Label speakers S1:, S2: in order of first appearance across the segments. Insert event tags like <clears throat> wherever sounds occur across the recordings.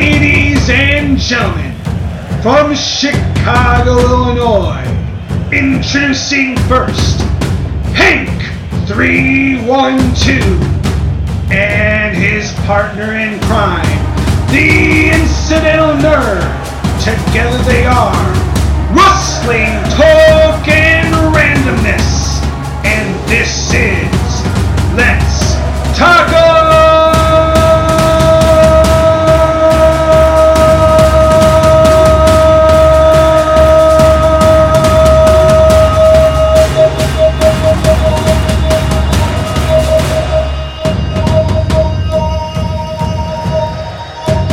S1: Ladies and gentlemen, from Chicago, Illinois, introducing first Hank312 and his partner in crime, the Incidental Nerd. Together they are Rustling Talk and Randomness. And this is Let's Taco!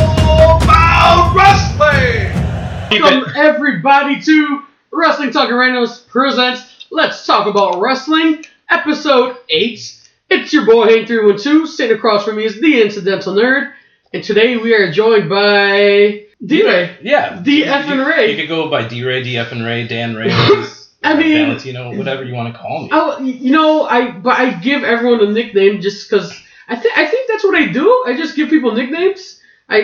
S1: About wrestling!
S2: Welcome everybody to Wrestling Talk Randos presents Let's Talk About Wrestling, episode 8. It's your boy Hank312, sitting across from me is the Incidental Nerd, and today we are joined by D-Ray.
S3: Yeah.
S2: D, F, and
S3: You-
S2: Ray.
S3: You could go by D Ray, D F and Ray, Dan
S2: <laughs>
S3: Ray, Reeves,
S2: I mean-
S3: Valentino, whatever you want to call me.
S2: Oh, you know, I but I give everyone a nickname just because I think I think that's what I do. I just give people nicknames. I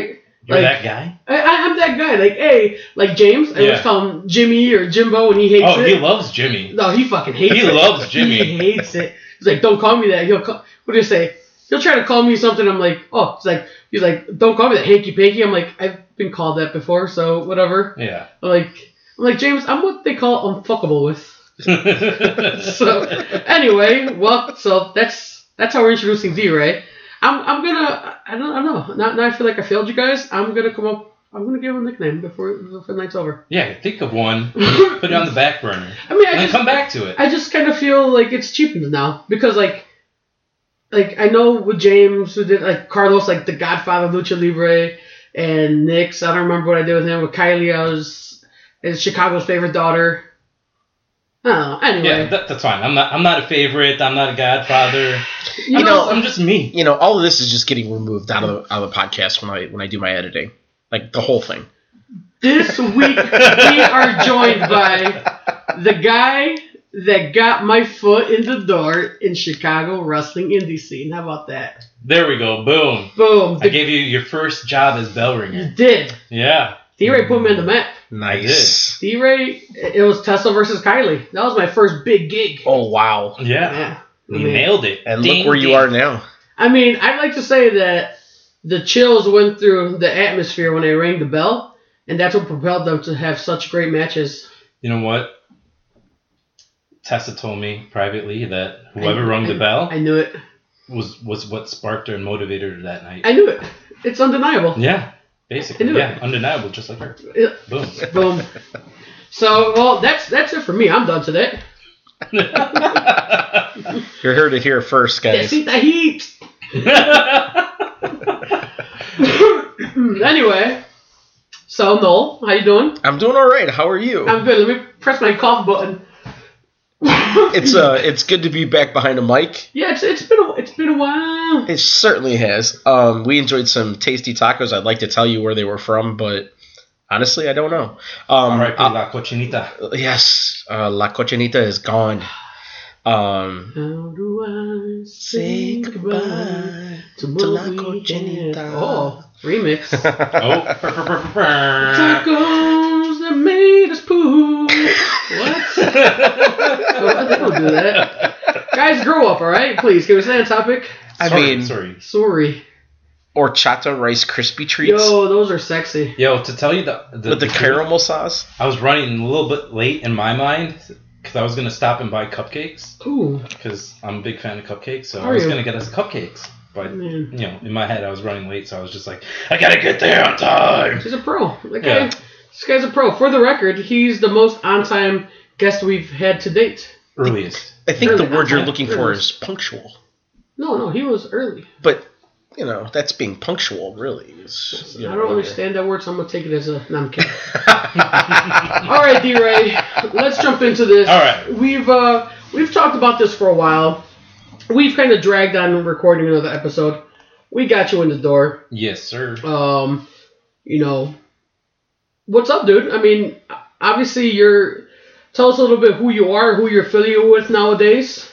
S2: like,
S3: You're that guy.
S2: I, I- I'm that guy. Like, hey, like James, I always
S3: Yeah.
S2: call him Jimmy or Jimbo, and he hates
S3: Oh,
S2: it.
S3: he loves Jimmy.
S2: No, he fucking hates
S3: He
S2: it.
S3: loves Jimmy.
S2: <laughs> He hates it. He's like, don't call me that. He'll call, what do you say? He'll try to call me something. I'm like, oh, it's like he's like, don't call me that hanky panky. I'm like, I've been called that before, so whatever.
S3: Yeah. <laughs>
S2: I'm like, I'm like James, I'm what they call unfuckable with. <laughs> So anyway, well, so that's that's how we're introducing D, right? I'm I'm gonna I don't I don't know. Now, now I feel like I failed you guys. I'm gonna come up. I'm gonna give him a nickname before before the night's over.
S3: yeah, think of
S2: <laughs>
S3: one, put it on the back burner,
S2: I mean, I
S3: and then
S2: just
S3: come back to it.
S2: I just kind of feel like it's cheapened now because like, like I know with James who did like Carlos like the Godfather of Lucha Libre and Nick's. I don't remember what I did with him. With Kylie, I was is Chicago's favorite daughter. Oh, anyway,
S3: Yeah, that, that's fine. I'm not. I'm not a favorite. I'm not a godfather.
S2: you
S4: I
S2: know,
S4: know-
S3: I'm just me.
S4: you know, all of this is just getting removed out of the out of the podcast when I when I do my editing, like the whole thing.
S2: this week we are joined by the guy that got my foot in the door in Chicago wrestling indie scene. How about that?
S3: There we go. Boom.
S2: Boom!
S3: I gave you your first job as bell
S2: you
S3: ringer.
S2: did.
S3: Yeah.
S2: D Ray put me on the map.
S3: Nice.
S2: D Ray, it was Tesla versus Kylie. That was my first big gig.
S4: Oh wow!
S3: Yeah.
S2: Yeah. I
S3: You
S2: mean,
S3: nailed it.
S4: And
S3: Ding,
S4: look where you
S3: ding.
S4: are now.
S2: I mean, I'd like to say that the chills went through the atmosphere when they rang the bell, and that's what propelled them to have such great matches.
S3: You know what? Tessa told me privately that
S2: I-
S3: whoever rung the
S2: I-
S3: bell
S2: I knew it.
S3: was was what sparked her and motivated her that night.
S2: I knew it. It's undeniable.
S3: yeah, basically.
S2: I knew
S3: Yeah,
S2: it.
S3: undeniable, just like her.
S2: Yeah.
S3: Boom.
S2: Boom. So, well, that's that's it for me. I'm done today.
S4: You're here to hear first, guys.
S2: Yes, the <laughs> heat. anyway, so Noel, how you doing?
S4: I'm doing all right. How are you?
S2: I'm good. Let me press my cough button.
S4: it's uh, it's good to be back behind a mic.
S2: Yeah, it's, it's been a, it's been a while.
S4: It certainly has. Um, we enjoyed some tasty tacos. I'd like to tell you where they were from, but honestly, I don't know. Um,
S3: All right,
S4: uh,
S3: la
S4: <laughs>
S3: cochinita.
S4: yes, uh, La Cochinita is gone. Um,
S2: How do I say goodbye
S4: <laughs>
S2: to La
S4: La Cochinita.
S2: Oh, remix.
S4: Uh,
S3: Oh, brr, brr, brr, brr, brr.
S2: Tacos that made us poo. What?
S3: <laughs>
S2: Oh, they don't do that. Guys, grow up, all right? Please, can we stay on topic?
S3: Oh.
S4: I
S3: <laughs> Sorry,
S4: mean,
S3: sorry.
S2: Sorry.
S4: horchata rice crispy treats
S2: Yo, those are sexy.
S3: Yo, to tell you the the,
S4: with the caramel sauce.
S3: I was running a little bit late in my mind because I was gonna stop and buy cupcakes
S2: Ooh,
S3: because I'm a big fan of cupcakes, so
S2: Are
S3: I was
S2: you?
S3: gonna get us cupcakes, but.
S2: man.
S3: You know, in my head, I was running late, so I was just like, I gotta get there on time.
S2: He's a pro. Okay.
S3: Yeah.
S2: This guy's a pro. For the record, he's the most on time guest we've had to date.
S3: Earliest.
S4: I think
S2: Really?
S4: the word you're looking for
S2: Really?
S4: is punctual.
S2: No, no, he was early.
S4: But you know, that's being punctual, really. Is, you
S2: I
S4: know,
S2: don't understand that word, so I'm gonna take it as a. No, I'm kidding. <laughs> All right, D Ray, let's jump into this.
S3: All right.
S2: we've uh, we've talked about this for a while. We've kind of dragged on recording another episode. We got you in the door.
S3: Yes, sir.
S2: Um, you know, what's up, dude? I mean, obviously, you're. Tell us a little bit who you are, who you're affiliated with nowadays.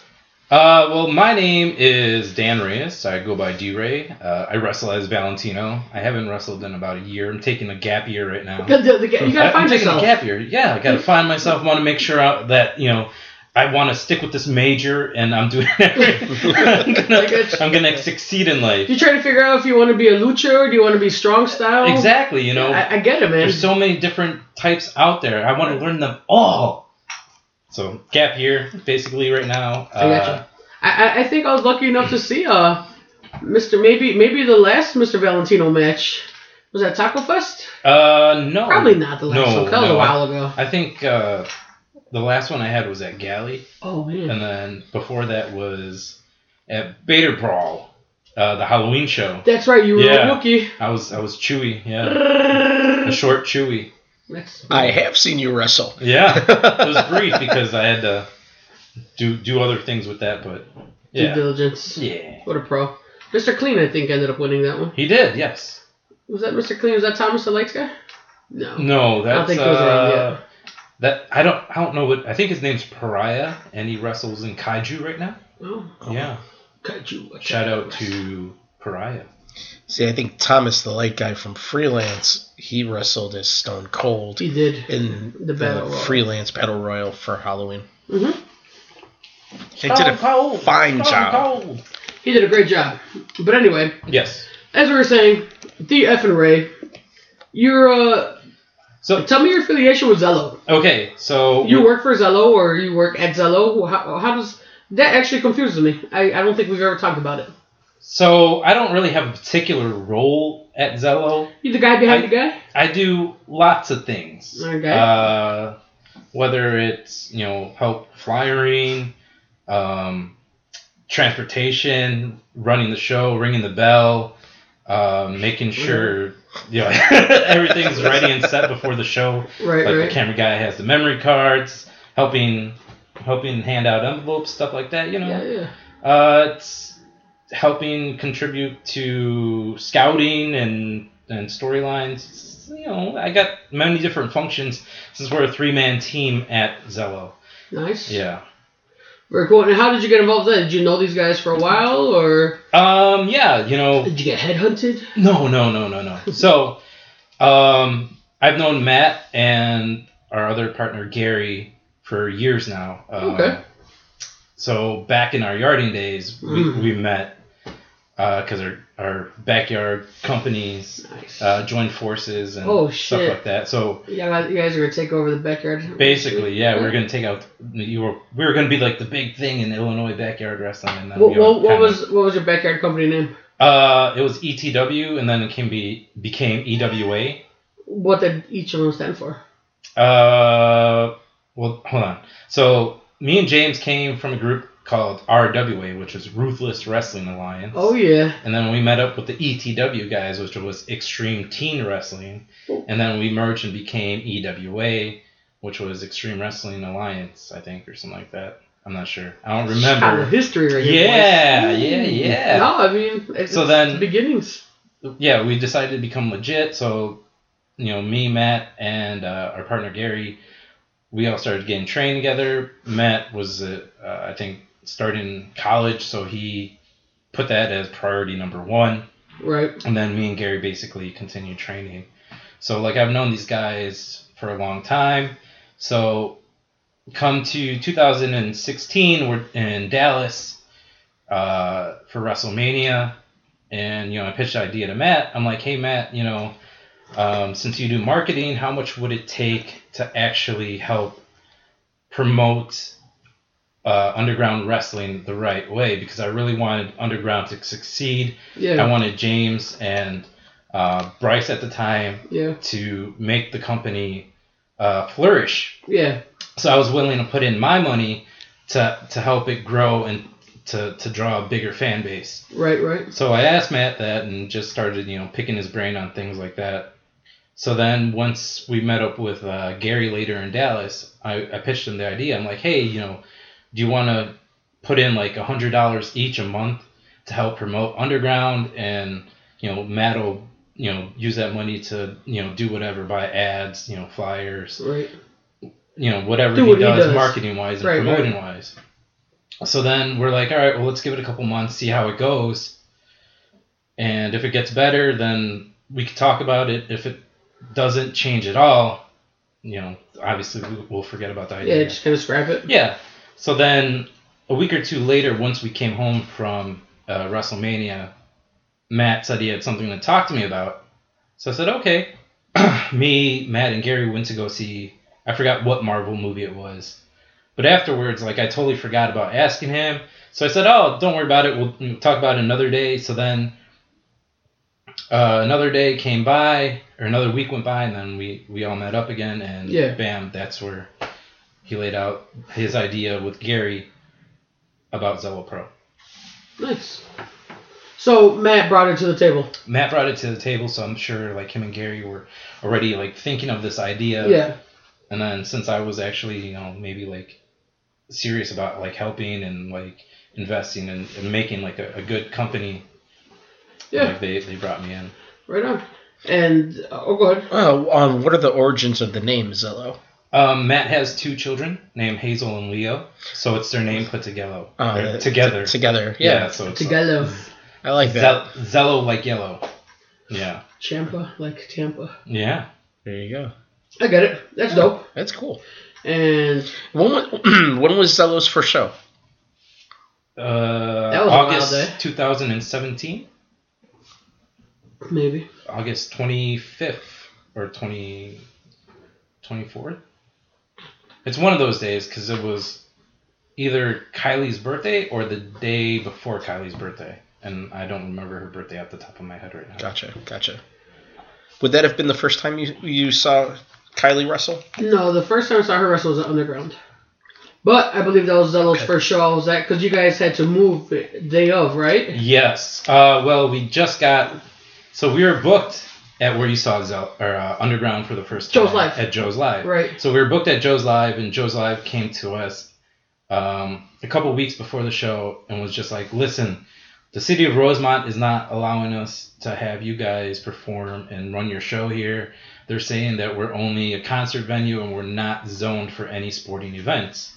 S3: Uh, well, my name is Dan Reyes. I go by D Ray. Uh, I wrestle as Valentino. I haven't wrestled in about a year. I'm taking a gap year right now.
S2: The- the- the- you gotta
S3: I- I'm
S2: find
S3: taking
S2: yourself.
S3: a gap year. Yeah, I gotta find myself. Want to make sure I, that you know. I want to stick with this major, and I'm doing. <laughs> Everything. I'm,
S2: <laughs> I
S3: gonna,
S2: get you.
S3: I'm gonna succeed in life.
S2: You're trying to figure out if you want to be a lucha or do you want to be strong style.
S3: Exactly. You know,
S2: I, I get it, man.
S3: there's so many different types out there. I want to learn them all. So gap year, basically, right now.
S2: I gotcha.
S3: Uh,
S2: I, I- I think I was lucky enough to see uh, Mr. Maybe maybe the last Mr. Valentino match was that Taco Fest.
S3: uh, no.
S2: Probably not the last
S3: No,
S2: one. That was
S3: no,
S2: a while ago.
S3: I think uh, the last one I had was at Galley,
S2: Oh
S3: and
S2: man.
S3: then before that was at Bader Brawl, uh, the Halloween show.
S2: That's right. You were
S3: Yeah.
S2: a rookie.
S3: I was I was Chewy, yeah, a short Chewy.
S2: That's,
S4: I have seen you wrestle.
S3: Yeah, it was
S2: <laughs>
S3: brief because I had to do do other things with that, but
S2: Due
S3: yeah,
S2: diligence.
S3: yeah,
S2: What a pro. Mr. Clean, I think, ended up winning that one.
S3: he did. Yes.
S2: Was that Mr. Clean? Was that Thomas the Lights guy? No.
S3: No, that's
S2: think those are in
S3: uh, that I don't I don't know what I think his name's Pariah, and he wrestles in Kaiju right now.
S2: Oh,
S3: Yeah.
S2: cut you. a-
S3: Shout out to Pariah.
S4: See, I think Thomas, the light guy from Freelance, he wrestled as Stone Cold
S2: He did.
S4: in
S2: The Battle Royal.
S4: Freelance Battle Royal for Halloween.
S2: hmm
S4: They did a fine job.
S2: He did a great job. But anyway,
S3: Yes.
S2: as we were saying, the F and Ray, you're uh,
S3: So
S2: tell me your affiliation with Zello.
S3: okay, so
S2: You work for Zello or you work at Zello? How, how does that actually confuses me? I, I don't think we've ever talked about it.
S3: so I don't really have a particular role at Zello.
S2: You the guy behind
S3: I-
S2: the guy?
S3: I do lots of things.
S2: Okay.
S3: Uh, whether it's you know help flyering, um, transportation, running the show, ringing the bell, uh, making sure you know <laughs> everything's ready and set before the show.
S2: Right,
S3: Like the
S2: right.
S3: camera guy has the memory cards, helping helping hand out envelopes, stuff like that. You know.
S2: Yeah, yeah.
S3: Uh, it's helping contribute to scouting and and storylines. You know, I got many different functions since we're a three man team at Zello.
S2: Nice.
S3: Yeah.
S2: Very cool. And how did you get involved with that? Did you know these guys for a while or
S3: Um. Yeah. You know.
S2: did you get headhunted?
S3: No. No. No. No. No. <laughs> So, um, I've known Matt and our other partner Gary for years now. Uh,
S2: Okay.
S3: So back in our yarding days, we,
S2: Mm.
S3: we met because our our backyard companies
S2: Nice.
S3: uh, join forces and
S2: Oh,
S3: stuff
S2: shit.
S3: like that. So
S2: yeah, you guys are gonna take over the backyard.
S3: basically, yeah, we were gonna take out. You were we were gonna be like the big thing in Illinois backyard wrestling, and then
S2: What,
S3: we all
S2: what, what
S3: kinda-
S2: was what was your backyard company name?
S3: uh it was ETW, and then it can be became E EWA.
S2: What did each of them stand for?
S3: Uh, well, hold on. So me and James came from a group called RWA, which is Ruthless Wrestling Alliance.
S2: Oh yeah.
S3: And then we met up with the ETW guys, which was Extreme Teen Wrestling. And then we merged and became EWA, which was Extreme Wrestling Alliance, I think, or something like that. I'm not sure. I don't
S2: Out of
S3: remember.
S2: history right here.
S3: Yeah, yeah,
S2: boys.
S3: yeah.
S2: No, I mean it's,
S3: So
S2: it's
S3: then-
S2: the beginnings.
S3: Yeah, we decided to become legit. So, you know, me, Matt, and uh, our partner Gary, we all started getting trained together. Matt was, uh, uh, I think, starting college, so he put that as priority number one.
S2: Right.
S3: and then me and Gary basically continued training. So like I've known these guys for a long time. So come to 2016, we're in Dallas uh, for WrestleMania, and you know I pitched the idea to Matt. I'm like, hey Matt, you know, um, since you do marketing, how much would it take to actually help promote uh, underground wrestling the right way? Because I really wanted underground to succeed.
S2: Yeah.
S3: I wanted James and uh, Bryce at the time
S2: yeah.
S3: to make the company uh, flourish.
S2: Yeah.
S3: So I was willing to put in my money to, to help it grow and to, to draw a bigger fan base.
S2: Right. Right.
S3: So I asked Matt that and just started, you know, picking his brain on things like that. So then once we met up with uh, Gary later in Dallas, I, I pitched him the idea. I'm like, hey, you know, do you want to put in like $100 each a month to help promote Underground? And, you know, Matt will, you know, use that money to, you know, do whatever, buy ads, you know, flyers,
S2: Right.
S3: you know, whatever
S2: Do
S3: he,
S2: what he
S3: does,
S2: does.
S3: marketing wise and
S2: Right, right.
S3: promoting wise. So then we're like, all right, well, let's give it a couple months, see how it goes. And if it gets better, then we can talk about it. If it doesn't change at all, you know, obviously we- we'll forget about the
S2: Yeah,
S3: idea.
S2: just kind of scrap it.
S3: Yeah. So then a week or two later, once we came home from uh, WrestleMania, Matt said he had something to talk to me about. So I said, okay. me, Matt, and Gary went to go see, I forgot what Marvel movie it was. But afterwards, like, I totally forgot about asking him. So I said, oh, don't worry about it. We'll mm, talk about it another day. So then uh, another day came by, or another week went by, and then we, we all met up again. And
S2: Yeah.
S3: bam, that's where he laid out his idea with Gary about Zello Pro.
S2: Nice. So Matt brought it to the table.
S3: Matt brought it to the table, so I'm sure like him and Gary were already like thinking of this idea.
S2: Yeah.
S3: And then since I was actually, you know, maybe like serious about like helping and like investing and, and making like a, a good company,
S2: Yeah.
S3: like they, they brought me in.
S2: Right on. And uh, oh, go ahead.
S4: Oh, um, what are the origins of the name Zillow?
S3: Um, Matt has two children named Hazel and Leo, so it's their name put together.
S4: Uh,
S3: Or together.
S4: t- together.
S3: yeah.
S4: Yeah,
S3: so it's
S2: Together,
S4: I like that.
S3: Zel- Zello like yellow. Yeah.
S2: Champa like Tampa.
S3: Yeah.
S4: There you go.
S2: I get it. That's dope.
S4: That's cool.
S2: And
S4: When was, <clears throat> when was Zellow's first show?
S3: Uh,
S2: That was a wild eh? day.
S3: August 2017.
S2: maybe
S3: August 25th or 20, 24th. It's one of those days because it was either Kylie's birthday or the day before Kylie's birthday. And I don't remember her birthday off the top of my head right now.
S4: Gotcha, gotcha. Would that have been the first time you you saw Kylie wrestle? <laughs>
S2: no. The first time I saw her wrestle was at Underground, but I believe that was Zello's first show. I was at because you guys had to move it day of, right?
S3: Yes. Uh, well, we just got. So we were booked at where you saw Zel- or, uh, Underground for the first time.
S2: Joe's Live.
S3: At Joe's Live.
S2: Right.
S3: So we were booked at Joe's Live, and Joe's Live came to us um, a couple weeks before the show and was just like, listen, the city of Rosemont is not allowing us to have you guys perform and run your show here. They're saying that we're only a concert venue and we're not zoned for any sporting events.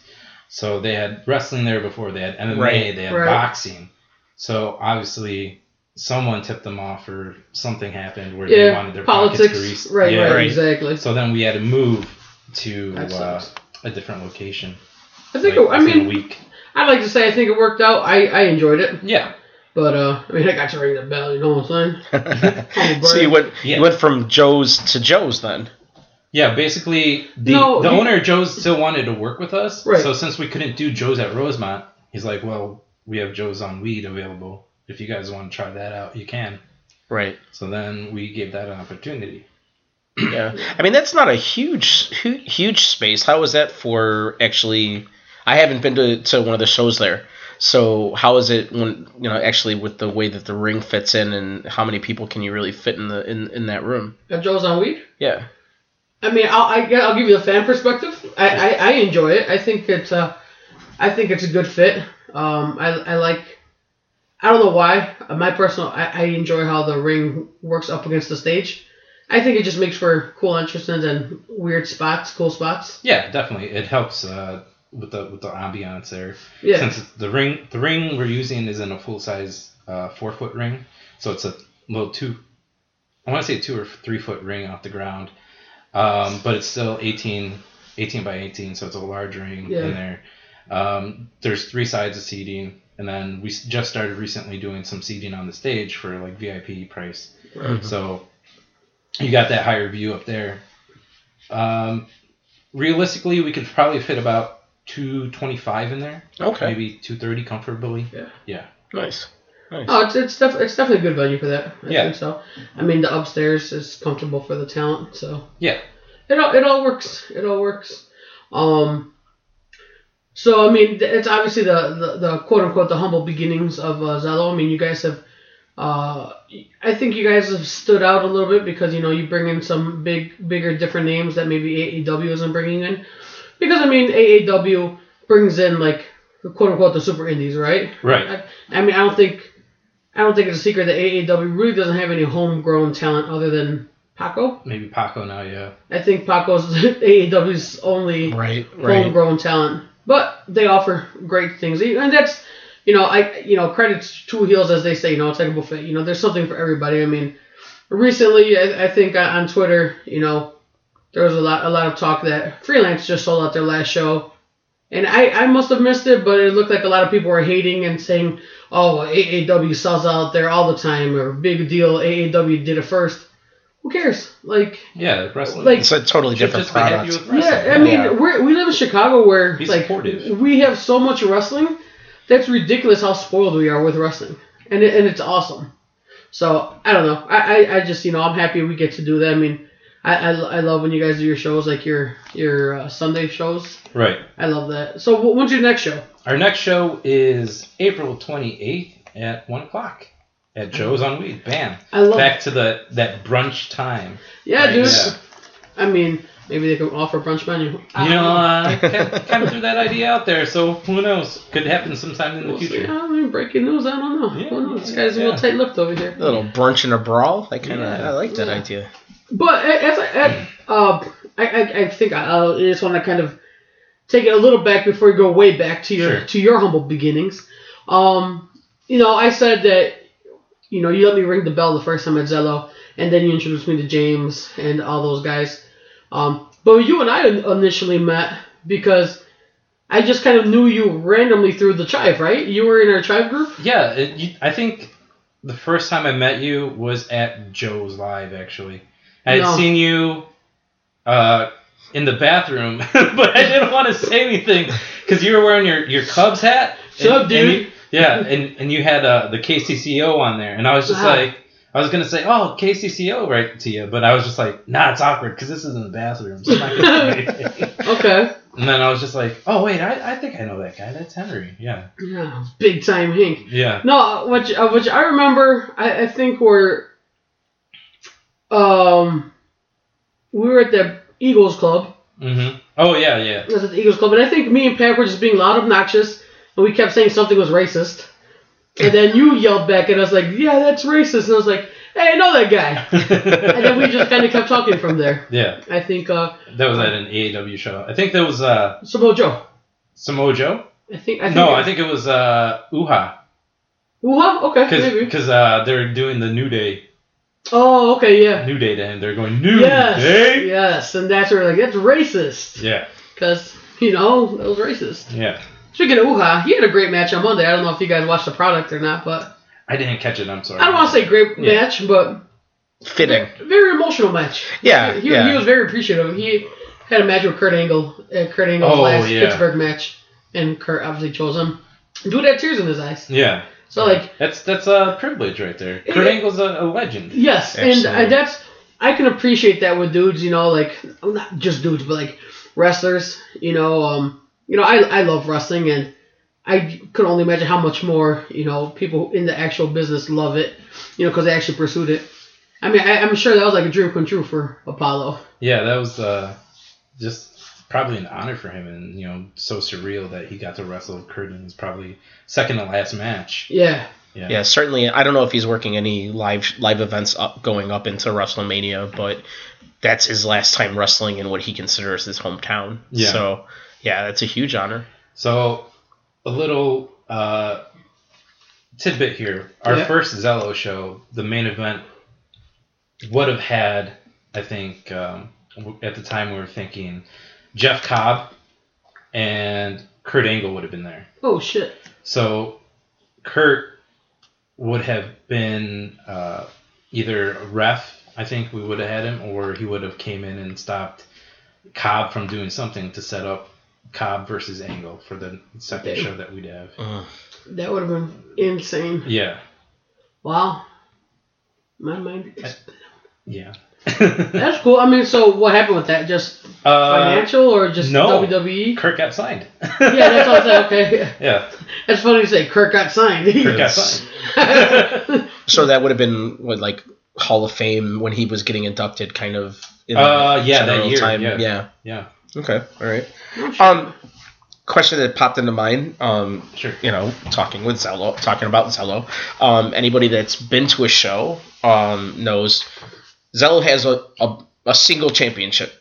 S3: So they had wrestling there before, they had MMA,
S4: Right.
S3: they had
S2: Right.
S3: boxing. So obviously, someone tipped them off or something happened where they wanted
S2: Yeah.
S3: their pockets
S2: Politics.
S3: greased.
S2: Right.
S3: Yeah.
S2: right.
S4: right.
S2: Exactly.
S3: So then we had to move to
S2: That
S3: uh,
S2: sucks.
S3: a different location.
S2: I think.
S3: like,
S2: it, I
S3: within a
S2: mean,
S3: week.
S2: I'd like to say I think it worked out. I I enjoyed it,
S3: Yeah,
S2: but uh, I mean, I got to ring the bell. You know what I'm saying? Humble
S4: so you
S2: brag.
S4: went
S3: Yeah.
S4: you went from Joe's to Joe's then.
S3: yeah. Basically, the
S2: No,
S3: the
S2: he-
S3: owner Joe's still wanted to work with us.
S2: Right.
S3: So since we couldn't do Joe's at Rosemont, he's like, "Well, we have Joe's on weed available. If you guys want to try that out, you can."
S4: Right.
S3: So then we gave that an opportunity.
S4: <clears throat> Yeah. I mean that's not a huge hu- huge space. How is that for actually? I haven't been to, to one of the shows there. So how is it when you know actually with the way that the ring fits in and how many people can you really fit in the in, in that room?
S2: Got Joe's on weed.
S4: Yeah.
S2: I mean, I'll, I, I'll give you the fan perspective. I, I, I enjoy it. I think it's uh, I think it's a good fit. Um, I, I like. I don't know why. uh, My personal, I, I enjoy how the ring works up against the stage. I think it just makes for cool entrances and weird spots, cool spots.
S3: Yeah, definitely, it helps uh, with the with the ambiance there.
S2: Yeah,
S3: Since it's the ring the ring we're using isn't a full size uh, four foot ring, so it's a little two. I want to say two or three foot ring off the ground, um, but it's still 18, 18 by 18, so it's a large ring
S2: Yeah.
S3: in there. Um, there's three sides of seating, and then we s- just started recently doing some seating on the stage for like VIP price.
S2: Mm-hmm.
S3: So you got that higher view up there. Um, realistically, we could probably fit about 225 in there
S4: Okay.
S3: maybe 230 comfortably.
S2: Yeah.
S3: Yeah.
S4: Nice. Nice.
S2: oh, it's it's, def- it's definitely a good venue for that. I
S3: Yeah.
S2: think so. I mean, the upstairs is comfortable for the talent, so
S3: Yeah.
S2: it all it all works. It all works. Um. So I mean, th- it's obviously the the, the quote unquote the humble beginnings of uh, Zello. I mean, you guys have. Uh, I think you guys have stood out a little bit because you know you bring in some big, bigger, different names that maybe AEW isn't bringing in. Because I mean, AAW brings in like quote unquote the super indies, right?
S3: Right.
S2: I, I mean, I don't think, I don't think it's a secret that AAW really doesn't have any homegrown talent other than Paco.
S3: Maybe Paco uh, now, yeah.
S2: <laughs> I think Paco's AEW's only
S4: right. Right.
S2: homegrown talent. But they offer great things, and that's you know I you know credits two heels as they say. You know, it's like a buffet. You know, there's something for everybody. I mean, recently I, I think on on Twitter, you know, there was a lot a lot of talk that freelance just sold out their last show. And I, I must have missed it, but it looked like a lot of people were hating and saying, oh, AAW sells out there all the time, or big deal, AAW did it first. Who cares? Like,
S3: Yeah, like wrestling.
S2: Like,
S4: It's a totally
S3: should
S4: different
S3: just be happy
S4: product.
S3: with wrestling.
S2: yeah, I mean,
S4: Yeah.
S2: We're, we live in Chicago where
S3: Be
S2: like
S3: supportive.
S2: we have so much wrestling. That's ridiculous how spoiled we are with wrestling, and it, and it's awesome. So I don't know. I, I, I just you know I'm happy we get to do that. I mean, I, I, I love when you guys do your shows like your your uh, Sunday shows.
S3: Right.
S2: I love that. So wh- when's your next show?
S3: Our next show is April 28th at 1 o'clock at Joe's on Weed. Bam.
S2: I love.
S3: Back to the that brunch time.
S2: yeah,
S3: Right,
S2: dude.
S3: yeah.
S2: I mean, maybe they can offer brunch menu. I
S3: You know,
S2: don't <laughs>
S3: uh, kind, kind of threw that idea out there, so who knows? Could happen sometime in the
S2: We'll see.
S3: future.
S2: I mean, breaking news. I don't know.
S3: Yeah,
S2: Who knows? This
S3: yeah,
S2: guy's a
S3: yeah.
S2: little tight-lipped over here.
S4: A little brunch and a brawl. I kind of
S3: Yeah.
S4: I like that
S2: Yeah.
S4: idea.
S2: But a- as I, as, uh, I, I, I think I, I just want to kind of take it a little back before we go way back to your
S3: Sure.
S2: to your humble beginnings. Um, you know, I said that you know you let me ring the bell the first time at Zello, and then you introduced me to James and all those guys. Um, but you and I initially met because I just kind of knew you randomly through the tribe, right? You were in our tribe group.
S3: Yeah, it, you, I think the first time I met you was at Joe's Live, actually. I had
S2: No.
S3: seen you uh, in the bathroom, <laughs> but I didn't want to say anything because you were wearing your, your Cubs hat.
S2: Sup, dude?
S3: you- yeah, and, and you had uh, the KCCO on there, and I was just
S2: Wow.
S3: like, I was going to say, oh, KCCO right to you, but I was just like, nah, it's awkward because this is in the bathroom, so I'm not going to
S2: <laughs>
S3: say anything.
S2: Okay.
S3: And then I was just like, oh, wait, I, I think I know that guy. That's Henry. Yeah.
S2: Yeah, big time Hank.
S3: Yeah.
S2: No, which uh, which I remember, I, I think we're, um, we were at the Eagles Club.
S3: hmm Oh, yeah, yeah.
S2: It was at the Eagles Club, and I think me and Pat were just being loud, obnoxious, and we kept saying something was racist. And then you yelled back at us like, "Yeah, that's racist," and I was like, "Hey, I know that guy." And then we <laughs> just kind of kept talking from there.
S3: Yeah,
S2: I think uh,
S3: that was at an AEW show. I think that was uh,
S2: Samoa Joe.
S3: Samoa Joe.
S2: I think I think
S3: No, I think it was uh, Uha
S2: Well, okay, maybe.
S3: because uh, they're doing the New Day,
S2: Oh, okay, yeah.
S3: New Day to him. They're going New
S2: Yes,
S3: Day.
S2: yes, and that's where we're like that's racist
S3: Yeah,
S2: because you know that was racist.
S3: yeah.
S2: Speaking of Uha, he had a great match on Monday. I don't know if you guys watched the product or not, but
S3: I didn't catch it. I'm sorry.
S2: I don't want to say great
S3: Yeah.
S2: match, but
S4: Fitting.
S2: very emotional match.
S4: Yeah,
S2: he,
S4: yeah.
S2: he was very appreciative. He had a match with Kurt Angle at Kurt Angle's
S3: Oh,
S2: last
S3: yeah.
S2: Pittsburgh match, and Kurt obviously chose him. Dude had tears in his eyes.
S3: Yeah,
S2: So like,
S3: that's that's a privilege right there.
S2: It-
S3: Kurt Angle's a, a legend.
S2: yes, and
S4: Absolutely.
S2: I, that's I can appreciate that with dudes, you know, like not just dudes, but like wrestlers, you know, um, you know, I I love wrestling and. I could only imagine how much more you know people in the actual business love it, you know, because they actually pursued it. I mean, I, I'm sure that was like a dream come true for Apollo.
S3: Yeah, that was uh, just probably an honor for him, and you know, so surreal that he got to wrestle Kurt in his probably second to last match.
S2: Yeah,
S3: Yeah,
S4: Yeah, certainly. I don't know if he's working any live live events up going up into WrestleMania, but that's his last time wrestling in what he considers his hometown.
S3: Yeah.
S4: So, yeah, that's a huge honor.
S3: So, a little uh, tidbit here. Our
S2: Yeah.
S3: first Zello show, the main event, would have had, I think, um, w- at the time we were thinking, Jeff Cobb and Kurt Angle would have been there.
S2: Oh shit.
S3: So, Kurt would have been uh, either a ref. I think we would have had him, or he would have came in and stopped Cobb from doing something to set up Cobb versus Angle for the second
S2: Damn.
S3: show that we'd have.
S2: That would have been insane.
S3: Yeah,
S2: Wow. My mind.
S3: yeah. <laughs>
S2: That's cool. I mean, so what happened with that? Just
S3: uh,
S2: financial or just
S3: no.
S2: WWE?
S3: Kirk got signed. <laughs>
S2: Yeah, that's all I said. Okay.
S3: yeah,
S2: That's funny to say. Kirk got signed. <laughs>
S3: Kirk got
S4: Yes.
S3: signed.
S4: So that would have been what like Hall of Fame when he was getting inducted, kind of. In
S3: Uh, yeah, that
S4: general
S3: year, yeah.
S4: yeah.
S3: Yeah,
S4: Okay. All right.
S2: Oh, shit.
S4: Um, question that popped into mind. Um,
S3: sure.
S4: you know, talking with Zello, talking about Zello. Um, anybody that's been to a show um, knows Zello has a, a, a single championship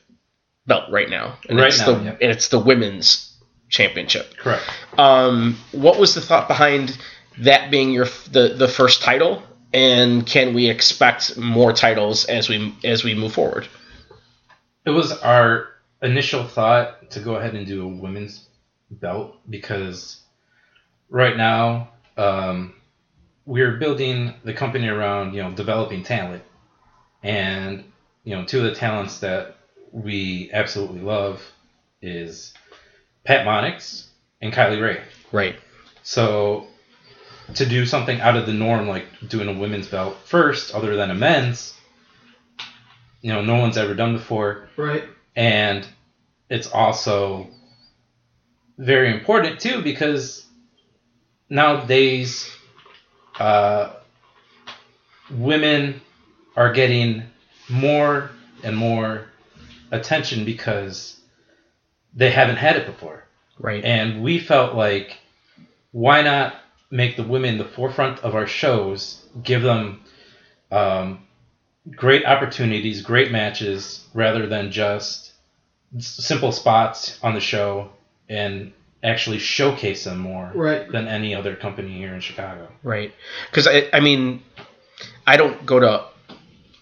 S4: belt right now, and
S3: Right
S4: it's
S3: now,
S4: the
S3: yeah.
S4: and it's the women's championship.
S3: Correct.
S4: Um, what was the thought behind that being your f- the the first title, and can we expect more titles as we as we move forward?
S3: It was our initial thought to go ahead and do a women's belt because right now um, we're building the company around you know developing talent, and you know two of the talents that we absolutely love is Pat Monix and Kylie Rae.
S4: Right.
S3: So to do something out of the norm, like doing a women's belt first, other than a men's, you know, no one's ever done before.
S2: <laughs> Right. <laughs>
S3: And it's also very important too because nowadays uh, women are getting more and more attention because they haven't had it before.
S4: Right.
S3: And we felt like, why not make the women the forefront of our shows, give them um, great opportunities, great matches, rather than just s- simple spots on the show and actually showcase them more
S2: Right.
S3: than any other company here in Chicago.
S4: Right. Because I, I mean, I don't go to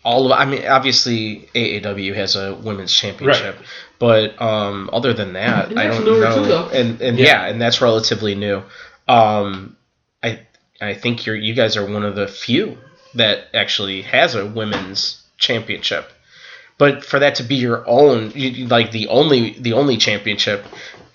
S4: all of. I mean, obviously AAW has a women's championship, but um, other than that,
S2: And
S4: I
S2: that's
S4: don't
S2: newer
S4: know.
S2: too, though.
S4: and and yeah.
S3: Yeah.
S4: and that's relatively new. Um, I I think you're you guys are one of the few that actually has a women's championship. But for that to be your own, you, you- like the only the only championship,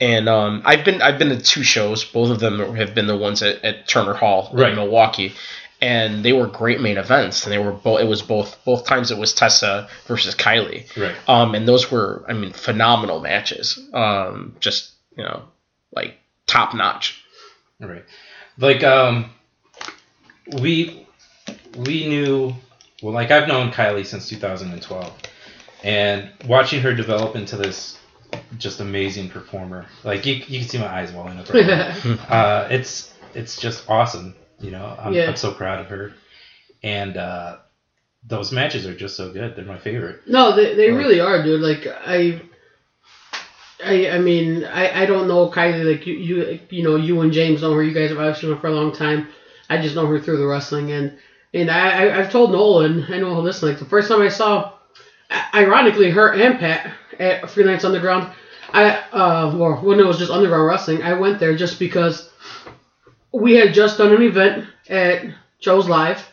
S4: and um, I've been I've been to two shows. Both of them have been the ones at, at Turner Hall
S3: Right.
S4: in Milwaukee, and they were great main events. And they were both it was both both times it was Tessa versus Kylie,
S3: Right.
S4: um, and those were I mean phenomenal matches. Um, just you know like top notch.
S3: Right. Like um we we knew well like I've known Kylie since 2012 and watching her develop into this just amazing performer. Like you, you can see my eyes welling up.
S2: <laughs>
S3: Right now. uh, it's it's just awesome, you know. I'm,
S2: Yeah.
S3: I'm so proud of her. And uh, those matches are just so good. They're my favorite.
S2: No, they, they
S4: Right.
S2: really are, dude. Like I, I, I mean, I, I don't know Kylie. Like you, you, you know, you and James know her. You guys have obviously known her for a long time. I just know her through the wrestling, and and I, I I've told Nolan. I know he'll listen. Like the first time I saw, i- ironically, her and Pat at Freelance Underground. I uh, well, when it was just underground wrestling, I went there just because we had just done an event at Joe's Live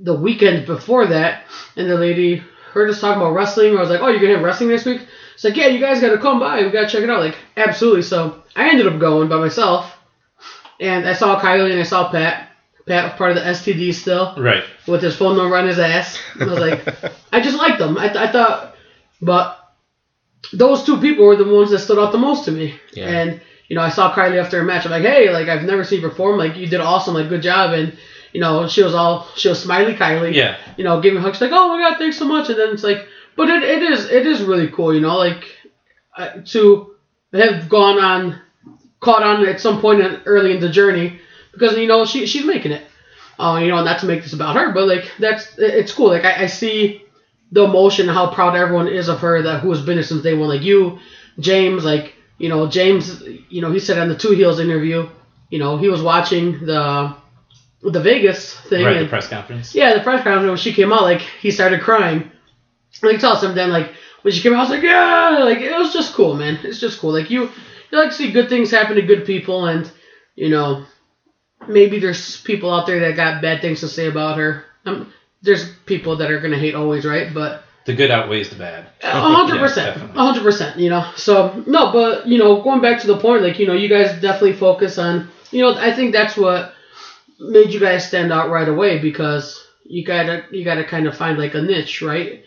S2: the weekend before that, and the lady heard us talking about wrestling. I was like, "Oh, you're gonna have wrestling next week?" She's like, "Yeah, you guys gotta come by. We gotta check it out." Like, absolutely. So I ended up going by myself, and I saw Kylie and I saw Pat. Pat was part of the STD still
S3: Right.
S2: with his phone number on his ass. I was like, I just liked them. I, th- I thought, but those two people were the ones that stood out the most to me.
S4: Yeah.
S2: And you know, I saw Kylie after a match. I'm like, hey, like I've never seen you perform. Like you did awesome. Like good job. And you know, she was all she was smiley Kylie
S3: Yeah.
S2: you know, giving hugs like, oh my god, thanks so much, and then it's like, but it, it is it is really cool, you know, like uh, to have gone on, caught on at some point in, early in the journey because you know she she's making it, uh, you know, not to make this about her, but like that's it- it's cool, like I, I see the emotion how proud everyone is of her that who has been here since day one, like you, James, like you know James, you know he said on the Two Heels interview, you know he was watching the the Vegas thing
S3: Right.
S2: and-
S3: The press conference.
S2: yeah, the press conference when she came out, like he started crying. Like it's awesome. Then like when she came out, I was like, yeah, like it was just cool, man. It's just cool. Like you, you like to see good things happen to good people, and you know, maybe there's people out there that got bad things to say about her. Um, there's people that are gonna hate always, right? But
S3: The good outweighs the bad.
S2: a hundred
S3: <laughs> Yeah,
S2: percent,
S3: definitely.
S2: a hundred percent. You know, so no, but you know, going back to the point, like you know, you guys definitely focus on, you know, I think that's what made you guys stand out right away because you gotta you gotta kind of find like a niche, right?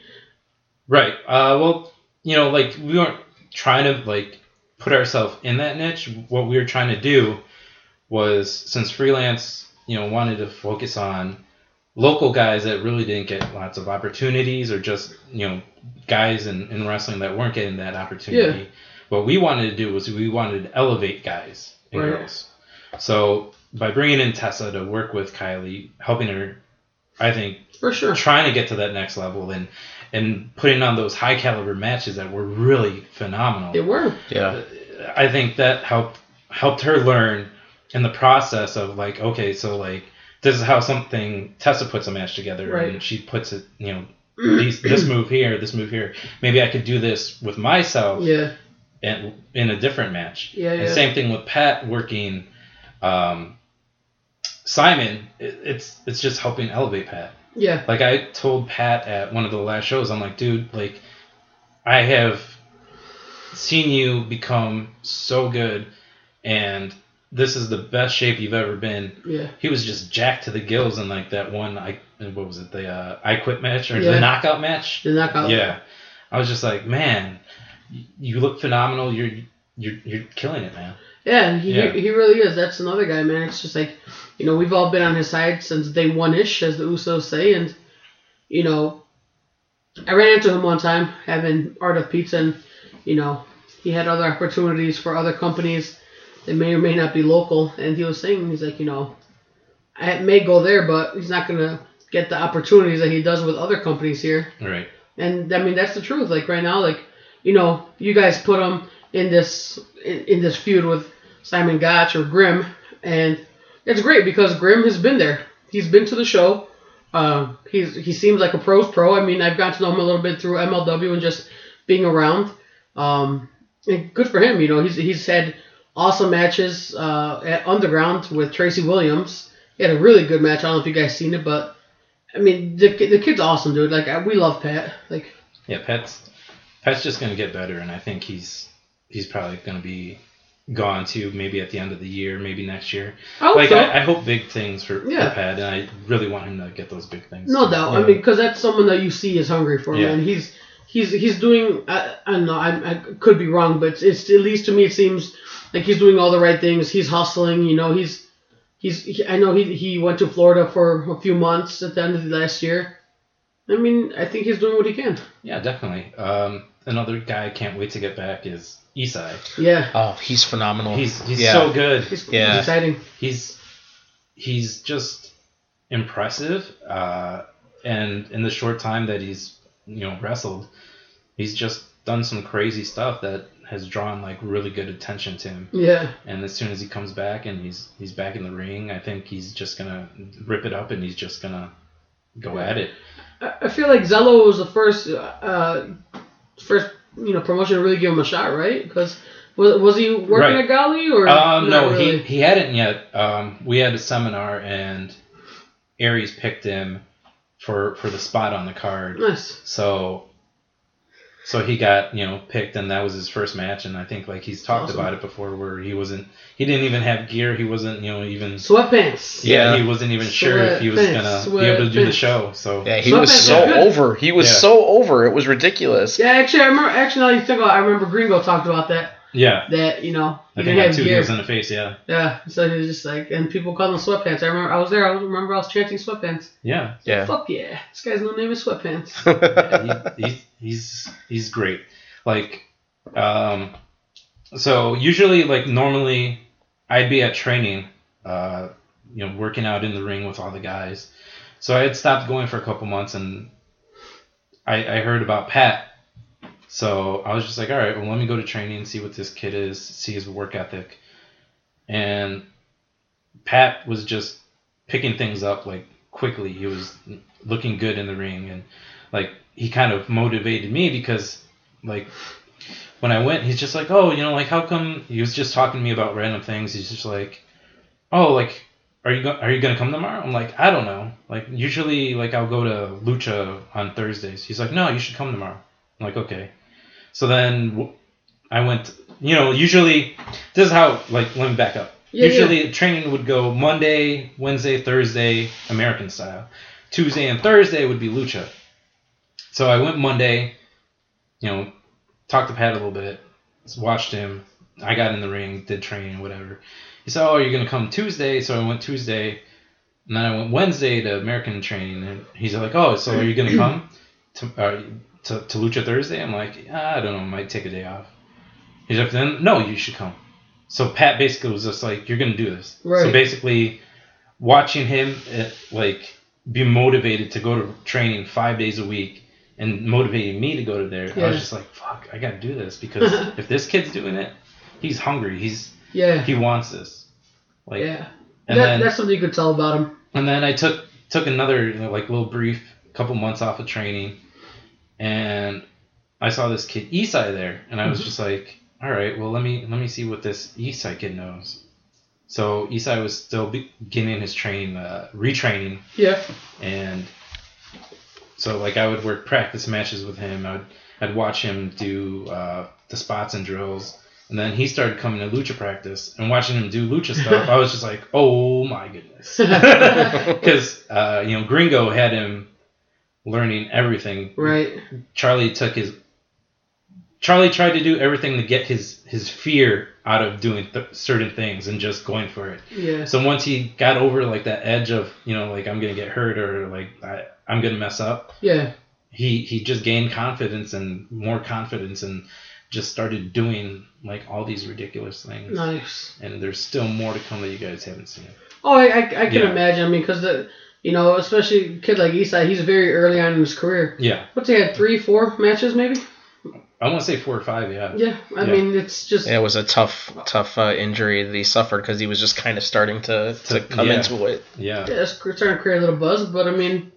S3: Right. Uh, well, you know, like we weren't trying to like put ourselves in that niche. What we were trying to do was since freelance, you know, wanted to focus on local guys that really didn't get lots of opportunities or just, you know, guys in, in wrestling that weren't getting that opportunity. What we wanted to do was we wanted to elevate guys and
S2: Right.
S3: girls. So by bringing in Tessa to work with Kylie, helping her, I think
S2: For sure.
S3: trying to get to that next level and and putting on those high caliber matches that were really phenomenal.
S2: They were.
S4: Yeah.
S3: I think that helped helped her learn in the process of like, okay, so like this is how something Tessa puts a match together,
S2: Right.
S3: and she puts it, you know,
S2: <clears throat>
S3: these, this move here, this move here. Maybe I could do this with myself
S2: Yeah.
S3: and in a different match.
S2: Yeah,
S3: and
S2: yeah.
S3: same thing with Pat working um, Simon. It, it's it's just helping elevate Pat.
S2: Yeah.
S3: Like I told Pat at one of the last shows, I'm like, dude, like I have seen you become so good, and this is the best shape you've ever been.
S2: Yeah.
S3: He was just jacked to the gills in like that one I what was it the uh, I quit match or
S2: Yeah.
S3: the knockout match.
S2: The knockout.
S3: Yeah, I was just like, man, y- you look phenomenal. You're you're you're killing it, man.
S2: Yeah, he,
S3: Yeah.
S2: he really is. That's another guy, man. It's just like, you know, we've all been on his side since day one ish, as the Usos say. And, you know, I ran into him one time having Art of Pizza, and, you know, he had other opportunities for other companies that may or may not be local. And he was saying, he's like, you know, I may go there, but he's not going to get the opportunities that he does with other companies here.
S3: Right.
S2: And I mean that's the truth. Like right now, like you know, you guys put him in this in, in this feud with Simon Gotch or Grimm, and it's great because Grimm has been there. He's been to the show. Um, he's he seems like a pro's pro. I mean, I've gotten to know him a little bit through MLW and just being around. Um, and good for him. You know, he's he's had awesome matches uh, at Underground with Tracy Williams. He had a really good match. I don't know if you guys seen it, but I mean, the ki- the kid's awesome, dude. Like I, we love Pat. Like
S3: Yeah, Pat's Pat's just gonna get better, and I think he's he's probably gonna be gone too. Maybe at the end of the year, maybe next year.
S2: I hope
S3: like
S2: so.
S3: I, I hope big things for,
S2: Yeah.
S3: for Pat, and I really want him to get those big things.
S2: no doubt. I mean, because that's someone that you see is hungry for,
S3: Yeah.
S2: man. He's he's he's doing. I, I don't know. I, I could be wrong, but it's, it's at least to me it seems like he's doing all the right things. He's hustling. You know, he's he's. He, I know he he went to Florida for a few months at the end of the last year. I mean, I think he's doing what he can.
S3: yeah, definitely. Um, another guy I can't wait to get back is Isai.
S2: Yeah,
S4: Oh, he's phenomenal.
S3: He's he's
S4: Yeah.
S3: so good.
S2: it's, it's
S4: Yeah.
S2: exciting.
S3: he's he's just impressive uh, and in the short time that he's you know wrestled he's just done some crazy stuff that has drawn like really good attention to him
S2: Yeah,
S3: and as soon as he comes back and he's he's back in the ring i think he's just gonna rip it up and he's just gonna go at it
S2: I, I feel like Zello was the first uh first you know promotion to really give him a shot, right? Because was, was he working
S3: Right.
S2: at Gali or not
S3: um no he
S2: really?
S3: he hadn't yet um we had a seminar and aries picked him for for the spot on the card
S2: Nice.
S3: So so he got, you know, picked and that was his first match and I think like he's talked
S2: Awesome.
S3: about it before where he wasn't he didn't even have gear, he wasn't, you know, even
S2: Sweatpants.
S3: yeah,
S4: Yeah.
S3: he wasn't even sure if he was
S2: Sweatpants,
S3: gonna be able to do the
S2: sweatpants.
S3: show. So
S4: yeah, he
S2: Sweatpants
S4: was
S2: are
S4: so
S2: good.
S4: over. He was
S3: Yeah.
S4: so over. It was ridiculous.
S2: Yeah, actually, I remember. Actually, now you think about, it, I remember Gringo talked about that.
S3: yeah.
S2: That you know,
S3: I
S2: you
S3: think
S2: didn't
S3: I had
S2: have
S3: two
S2: gear.
S3: heels in the face, yeah.
S2: Yeah, so he was just like, and people called him sweatpants. I remember I was there. I was- remember I was chanting sweatpants.
S3: Yeah.
S4: Yeah.
S2: Fuck yeah, this guy's new name is sweatpants.
S3: <laughs> Yeah, he, he's he's he's great. Like um so usually like normally I'd be at training, uh, you know, working out in the ring with all the guys. So I had stopped going for a couple months and I, I heard about Pat. So I was just like, all right, well, let me go to training and see what this kid is, see his work ethic. And Pat was just picking things up like quickly. He was looking good in the ring and like he kind of motivated me because like when I went, he's just like, oh, you know, like how come he was just talking to me about random things. He's just like, oh, like are you go- are you gonna come tomorrow? I'm like, I don't know. Like usually, like I'll go to Lucha on Thursdays. He's like, no, you should come tomorrow. I'm like, okay. So then w- I went. You know, usually this is how. Like, let me back up.
S2: Yeah, yeah.
S3: usually training would go Monday, Wednesday, Thursday, American style. Tuesday and Thursday would be Lucha. So I went Monday. You know, talked to Pat a little bit, watched him. I got in the ring, did training, whatever. He said, "Oh, you're gonna come Tuesday," so I went Tuesday, and then I went Wednesday to American training, and he's like, "Oh, so are you gonna come <clears throat> to uh, to, to Lucha Thursday?" I'm like, "Ah, "I don't know, might take a day off." He's like, "Then no, you should come." So Pat basically was just like, "You're gonna do this." So
S2: Right.
S3: basically, watching him eh, like be motivated to go to training five days a week and motivating me to go to there, I
S2: Yeah. <laughs>
S3: was just like, "Fuck, I gotta do this because if this kid's doing it, he's hungry. He's
S2: Yeah.
S3: he wants this. Like
S2: yeah.
S3: and
S2: that,
S3: then
S2: that's something you could tell about him.
S3: and then I took took another you know, like little brief couple months off of training, and I saw this kid Isai there, and I
S2: Mm-hmm.
S3: was just like, all right, well let me let me see what this Isai kid knows. So Isai was still beginning his training, uh, retraining, <laughs>
S2: Yeah. <laughs>
S3: and so like I would work practice matches with him. I'd I'd watch him do uh, the spots and drills, and then he started coming to lucha practice and watching him do lucha stuff. I was just like, oh my goodness, <laughs> because uh, you know Gringo had him learning everything.
S2: Right.
S3: Charlie took his. Charlie tried to do everything to get his his fear out of doing th- certain things and just going for it.
S2: Yeah.
S3: So once he got over like that edge of you know like I'm gonna get hurt or like I, I'm gonna mess up,
S2: Yeah.
S3: he he just gained confidence and more confidence and just started doing like all these ridiculous things.
S2: Nice.
S3: And there's still more to come that you guys haven't seen.
S2: Oh, I, I, I can
S3: Yeah.
S2: imagine. I mean, because the you know, especially a kid like Eastside, he's very early on in his career.
S3: Yeah,
S2: What's he had three, four matches maybe?
S3: I want to say four or five. Yeah.
S2: Yeah. I
S3: Yeah.
S2: mean, it's just
S4: It was a tough, tough uh, injury that he suffered because he was just kind of starting to, to
S3: To-
S4: come
S3: yeah.
S4: into it.
S3: Yeah.
S2: yeah, it's starting to create a little buzz, but I mean,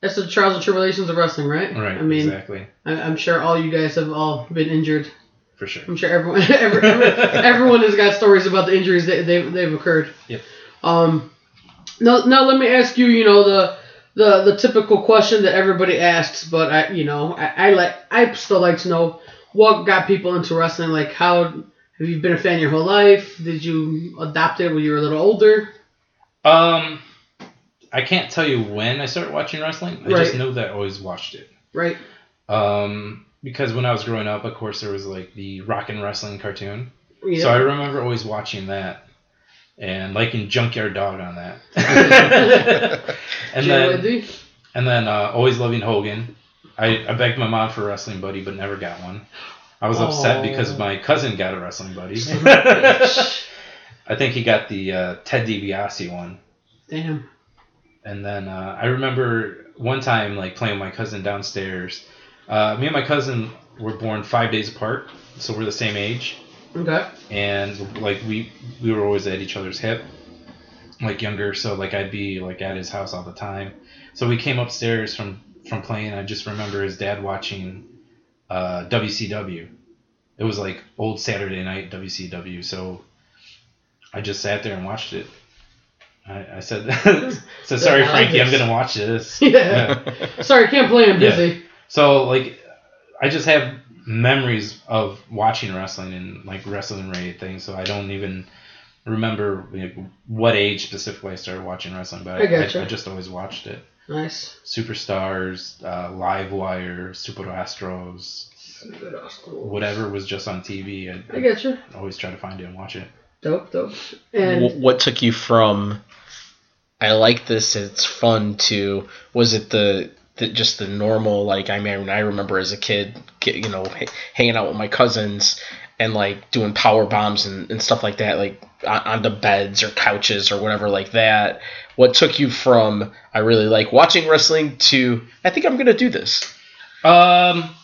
S2: that's the trials and tribulations of wrestling, right?
S3: Right.
S2: I mean,
S3: exactly.
S2: I, I'm sure all you guys have all been injured.
S3: For sure.
S2: I'm sure everyone, <laughs> every, every,
S3: <laughs>
S2: everyone has got stories about the injuries that they've, they've occurred.
S3: Yep.
S2: Um, now, now let me ask you, you know, the, the, the typical question that everybody asks, but I, you know, I, I like, I still like to know what got people into wrestling. Like how, have you been a fan your whole life? Did you adopt it when you were a little older?
S3: Um, I can't tell you when I started watching wrestling. I
S2: Right.
S3: just know that I always watched it.
S2: Right.
S3: Um, because when I was growing up, of course, there was like the rock and wrestling cartoon.
S2: Yeah.
S3: So I remember always watching that and liking Junkyard Dog
S2: <laughs>
S3: on that. <laughs> and
S2: Jay
S3: then
S2: Whitney?
S3: and then uh, always loving Hogan. I, I begged my mom for a wrestling buddy, but never got one. I was upset
S2: Aw.
S3: because my cousin got a wrestling buddy. <laughs> I think he got the uh, Ted DiBiase one.
S2: Damn.
S3: And then uh, I remember one time like playing with my cousin downstairs. Uh, me and my cousin were born five days apart, so we're the same age,
S2: Okay.
S3: and like we we were always at each other's hip, like younger. So like I'd be like at his house all the time. So we came upstairs from from playing. I just remember his dad watching uh, WCW. It was like old Saturday night WCW. So I just sat there and watched it. I, I said, <laughs> "So sorry,
S2: I like
S3: Frankie, I'm
S2: this."
S3: gonna watch
S2: <laughs> <laughs>
S3: this."
S2: Yeah. Sorry, can't play. I'm
S3: Yeah.
S2: busy.
S3: So like, I just have memories of watching wrestling and like wrestling related things. So I don't even remember like, what age specifically I started watching wrestling, but I,
S2: I gotcha.
S3: I, just always watched it.
S2: Nice.
S3: Superstars, uh, Livewire, Super Astros, whatever was just on TV. I,
S2: I get you.
S3: I'd always try to find it and watch it.
S2: Dope, dope.
S4: Wh-
S2: And
S4: what took you from I like this, it's fun to was it the, the just the normal like I mean I remember as a kid get, you know h- hanging out with my cousins and like doing power bombs and, and stuff like that like on, onto beds or couches or whatever like that. What took you from I really like watching wrestling to I think I'm gonna do this.
S3: Um,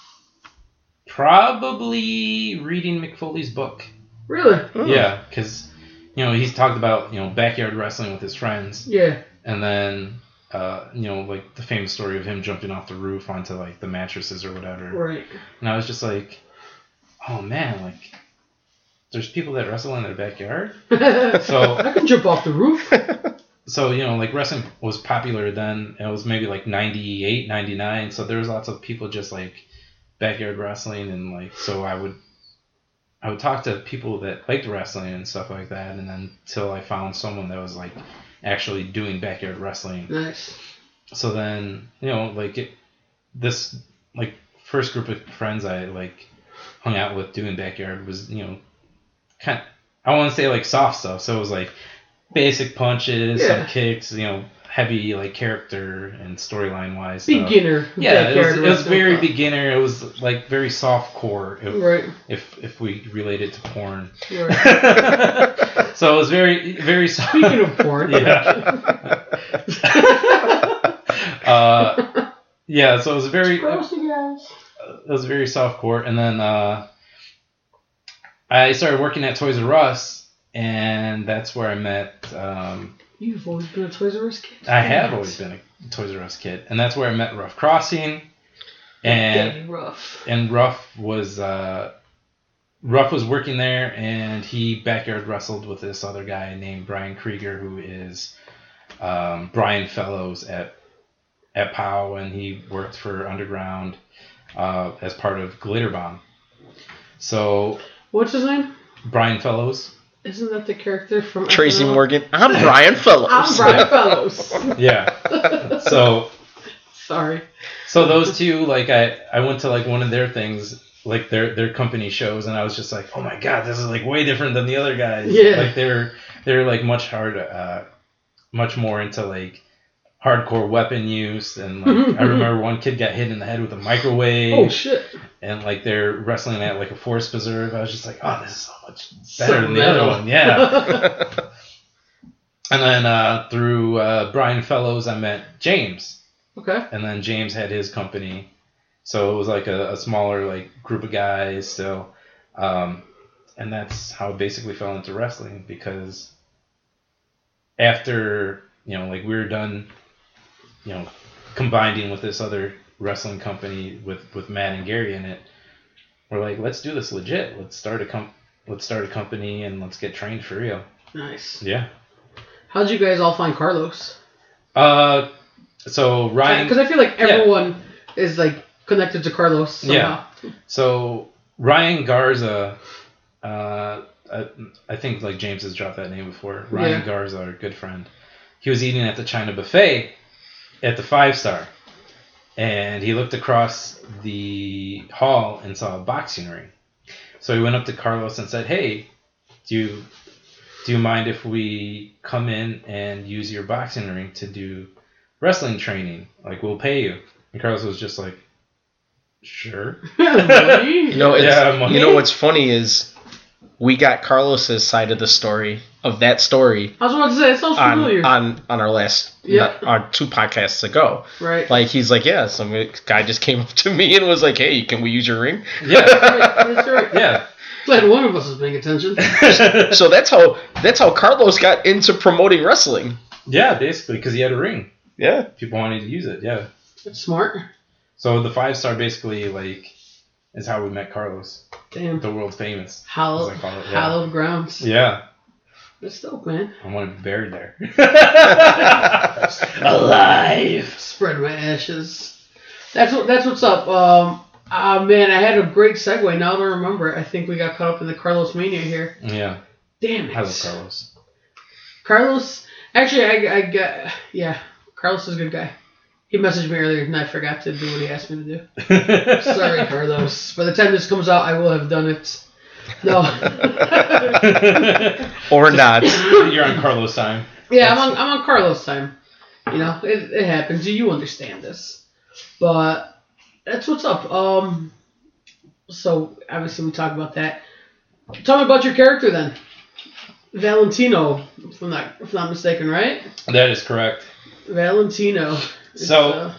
S3: probably reading McFoley's book.
S2: really,
S3: Yeah, 'cause Yeah, because you know he's talked about you know backyard wrestling with his friends.
S2: yeah,
S3: and then uh, you know like the famous story of him jumping off the roof onto like the mattresses or whatever
S2: right. <laughs>
S3: and i was just like oh man like there's people that wrestle in their backyard
S2: I <laughs>
S3: so
S2: can jump off the roof.
S3: so you know like wrestling was popular then and it was maybe like 98 99 so there was lots of people just like backyard wrestling and like so i would i would talk to people that liked wrestling and stuff like that and then till i found someone that was like actually doing backyard wrestling
S2: Nice.
S3: so then you know like it, this like first group of friends i like hung out with doing backyard was you know kind i want to say like soft stuff so it was like basic punches
S2: Yeah.
S3: some kicks you know heavy like character and storyline wise stuff.
S2: Beginner.
S3: Uh, yeah
S2: backyard
S3: it was, it was
S2: wrestling.
S3: very beginner it was like very soft core if,
S2: Right,
S3: if if we related
S2: <laughs>
S3: to porn <laughs>
S2: right.
S3: so it was very very soft
S2: Speaking of porn,
S3: yeah. <laughs> uh, yeah, so it was very it
S2: Gross, you guys.
S3: was very soft core and then uh I started working at Toys R Us, and that's where I met. Um,
S2: You've always been a Toys R Us kid.
S3: I have always been a Toys R Us kid, and that's where I met Rough Crossing, and
S2: Getting rough.
S3: and Ruff was uh, Ruff was working there, and he backyard wrestled with this other guy named Brian Krieger, who is um, Brian Fellows at at POW, and he worked for Underground uh, as part of Glitter Bomb. So
S2: What's his name?
S3: Brian Fellows,
S2: Isn't that the character from
S4: Tracy
S2: SNL?
S4: Morgan. Uh-huh. I'm <laughs> Brian Fellows.
S3: <laughs>
S2: I'm Brian Fellows.
S3: yeah. so
S2: Sorry.
S3: so those two, like I I went to like one of their things. Like their their company shows, and I was just like, oh my god, this is like way different than the other guys.
S2: Yeah.
S3: Like they're they're like much hard, uh, much more into like hardcore weapon use, and like I remember one kid got hit in the head with a microwave,
S2: Mm-hmm, Oh shit.
S3: and like they're wrestling at like a force preserve. I was just like, oh, this is so much better
S2: So
S3: than the other
S2: metal.
S3: one, yeah.
S2: <laughs>
S3: and then uh, through uh, Brian Fellows, I met James
S2: okay.
S3: and then James had his company, so it was like a, a smaller like group of guys. So, um, and that's how I basically fell into wrestling because after you know like we were done, you know, combining with this other wrestling company with with Matt and Gary in it, we're like let's do this legit. Let's start a comp. Let's start a company and let's get trained for real.
S2: Nice.
S3: Yeah.
S2: How'd you guys all find Carlos?
S3: Uh, so Ryan.
S2: Because I feel like everyone is like connected to Carlos <laughs> somehow.
S3: So Ryan Garza, uh, I, I think like James has dropped that name before. Ryan
S2: Yeah.
S3: Garza, our good friend, he was eating at the China buffet at the Five Star, and he looked across the hall and saw a boxing ring. So he went up to Carlos and said, "Hey, do you do you mind if we come in and use your boxing ring to do wrestling training? Like we'll pay you." And Carlos was just like, "Sure." <laughs>
S4: You know, it's,
S3: Yeah, I'm-
S4: you know what's funny is we got Carlos's side of the story of that story
S2: I was about to say it sounds familiar.
S4: on on, on our last
S2: Yeah.
S4: on two podcasts ago.
S2: right.
S4: Like he's like, yeah, some guy just came up to me and was like, hey, can we use your ring?
S2: <laughs>
S3: Yeah,
S2: right. That's right.
S3: yeah.
S2: Glad one of us is paying attention.
S4: So that's how that's how Carlos got into promoting wrestling.
S3: yeah, basically, because he had a ring.
S4: Yeah,
S3: People wanted to use it, yeah.
S2: That's smart.
S3: So the five star basically, like, is how we met Carlos,
S2: Damn.
S3: the world famous.
S2: Hallowed,
S3: As I call it, yeah.
S2: hallowed grounds.
S3: Yeah,
S2: That's dope, man.
S3: I want to be buried there.
S2: Spread my ashes. That's what. That's what's up. Um. Ah man, I had a great segue. Now that I remember it, I think we got caught up in the Carlos mania here.
S3: Yeah,
S2: Damn it.
S3: I love Carlos.
S2: Carlos. Actually, I, I got yeah. Carlos is a good guy. He messaged me earlier and I forgot to do what he asked me to do.
S3: <laughs>
S2: Sorry, Carlos. By the time this comes out, I will have done it. No.
S4: <laughs>
S2: <laughs>
S4: or not.
S3: You're on Carlos time.
S2: yeah, I'm on, I'm on Carlos time. You know, it, it happens. You understand this. But that's what's up. Um, so obviously we talk about that. Tell me about your character then, Valentino. If I'm not, if I'm not mistaken, right?
S3: That is correct.
S2: Valentino. It's,
S3: So-
S2: uh,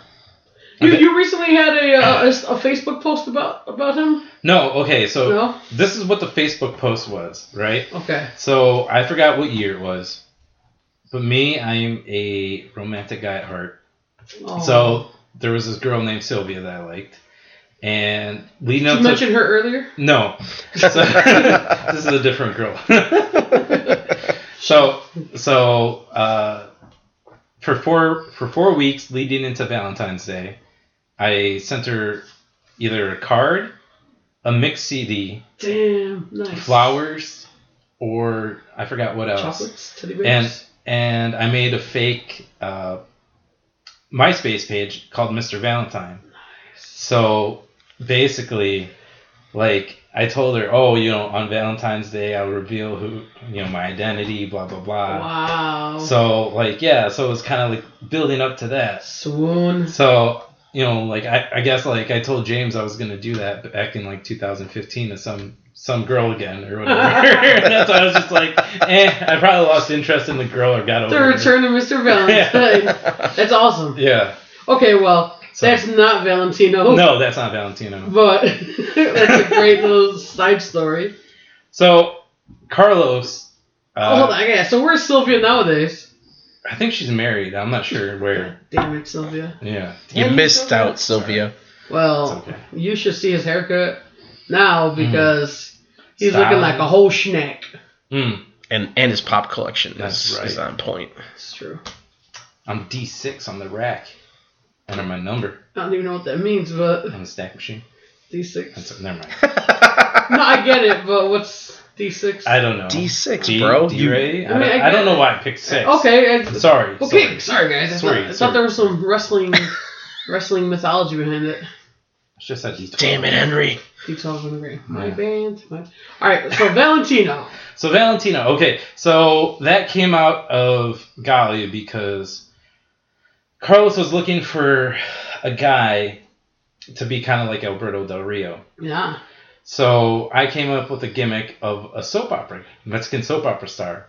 S2: you, you recently had a, uh, a s- a Facebook post about about him?
S3: No, okay, so
S2: No?
S3: this is what the Facebook post was, right?
S2: Okay.
S3: So I forgot what year it was, but me, I am a romantic guy at heart.
S2: Oh.
S3: So there was this girl named Sylvia that I liked, and leading
S2: you
S3: up to
S2: mentioned her earlier. <laughs>
S3: no, So- <laughs> this is a different girl. <laughs> so so uh, for four for four weeks leading into Valentine's Day, I sent her either a card, a mix CD,
S2: Damn, nice.
S3: flowers, or I forgot what else
S2: Chocolates, teddy
S3: and
S2: bears.
S3: and I made a fake uh, MySpace page called Mr. Valentine. So basically, like I told her, oh, you know, on Valentine's Day I'll reveal who, you know, my identity, blah blah blah.
S2: wow.
S3: uh, So like yeah, so it was kind of like building up to that.
S2: Swoon.
S3: So you know, like I, I guess like I told James I was gonna do that back in like 2015 to some some girl again or whatever.
S2: <laughs>
S3: <laughs> That's why I was just like, eh, I probably lost interest in the girl or got over.
S2: The
S3: her.
S2: return to Mr. Valentine.
S3: <laughs>
S2: That's awesome.
S3: Yeah.
S2: Okay, well,
S3: So-
S2: that's not Valentino. <laughs>
S3: No, that's not Valentino.
S2: But that's a great little side story.
S3: So Carlos,
S2: oh, hold
S3: uh,
S2: on. Yeah, so where's Sylvia nowadays?
S3: I think she's married. I'm not sure where.
S2: Damn it, Sylvia.
S3: Yeah,
S4: You missed out, Sylvia.
S2: Well,
S3: It's okay.
S2: you should see his haircut now because he's
S3: Hmm. Style.
S2: looking like a whole schnack.
S3: Mm,
S4: And and his pop collection
S3: That's
S4: is, is
S3: right.
S4: on point. <laughs>
S2: It's true.
S3: I'm D6 on the rack. Enter my number
S2: I don't even know what that means, but
S3: on the stack machine.
S2: D6.
S3: That's, never mind.
S2: <laughs> no, I get it, but what's D6?
S3: I don't know.
S4: D6, bro.
S3: D,
S4: You-
S3: D-Ray? I,
S2: I mean,
S3: don't,
S2: I
S3: I don't
S2: get-
S3: know why I picked six.
S2: Okay. I,
S3: Sorry.
S2: okay. Sorry,
S3: sorry.
S2: guys. I,
S3: Sorry,
S2: thought, I thought
S3: sorry.
S2: there was some
S3: <laughs>
S2: wrestling wrestling mythology behind it.
S3: It's just that D12.
S4: Damn it, Henry.
S2: D12 and the ring. My
S3: Yeah.
S2: band. My... All right. So Valentino.
S3: So Valentino, okay, so that came out of Galia because Carlos was looking for a guy to be kind of like Alberto Del Rio.
S2: Yeah.
S3: So I came up with a gimmick of a soap opera, Mexican soap opera star.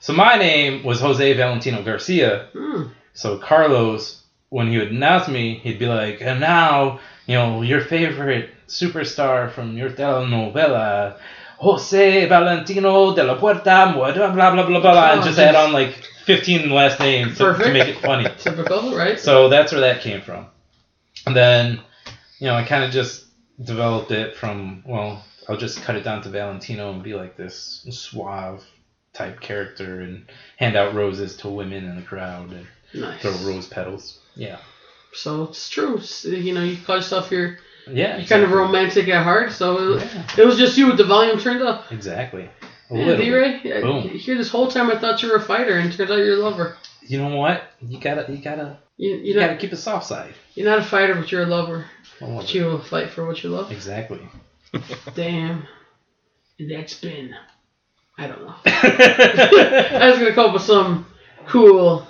S3: So my name was Jose Valentino Garcia.
S2: Hmm.
S3: So Carlos, when he would announce me, he'd be like, and now, you know, your favorite superstar from your telenovela, Jose Valentino de la Puerta, blah, blah, blah, blah, blah, blah, and
S2: Oh,
S3: just
S2: geez.
S3: add on like 15 last names to, to
S2: Perfect.
S3: make it funny.
S2: Typical, right?
S3: So that's where that came from. And then, you know, I kind of just developed it from, well, I'll just cut it down to Valentino and be like this suave type character and hand out roses to women in the crowd and
S2: nice.
S3: throw rose petals. Yeah.
S2: So it's true. S- you know, you call yourself your
S3: Yeah.
S2: you're kind of
S3: exactly.
S2: romantic at heart. So it,
S3: Yeah,
S2: it was just you with the volume turned up.
S3: exactly. A
S2: Yeah,
S3: little bit.
S2: D-Ray, yeah,
S3: Boom.
S2: here this whole time I thought you were a fighter, and turns out you're a lover.
S3: You know what? You gotta, you gotta,
S2: You,
S3: you
S2: you're
S3: gotta
S2: not
S3: keep a soft side.
S2: you're not a fighter, but you're a lover.
S3: I love
S2: But
S3: it.
S2: you will fight for what you love.
S3: <laughs> Exactly.
S2: Damn, that's been. I don't know.
S3: yeah,
S2: I was gonna come up with some cool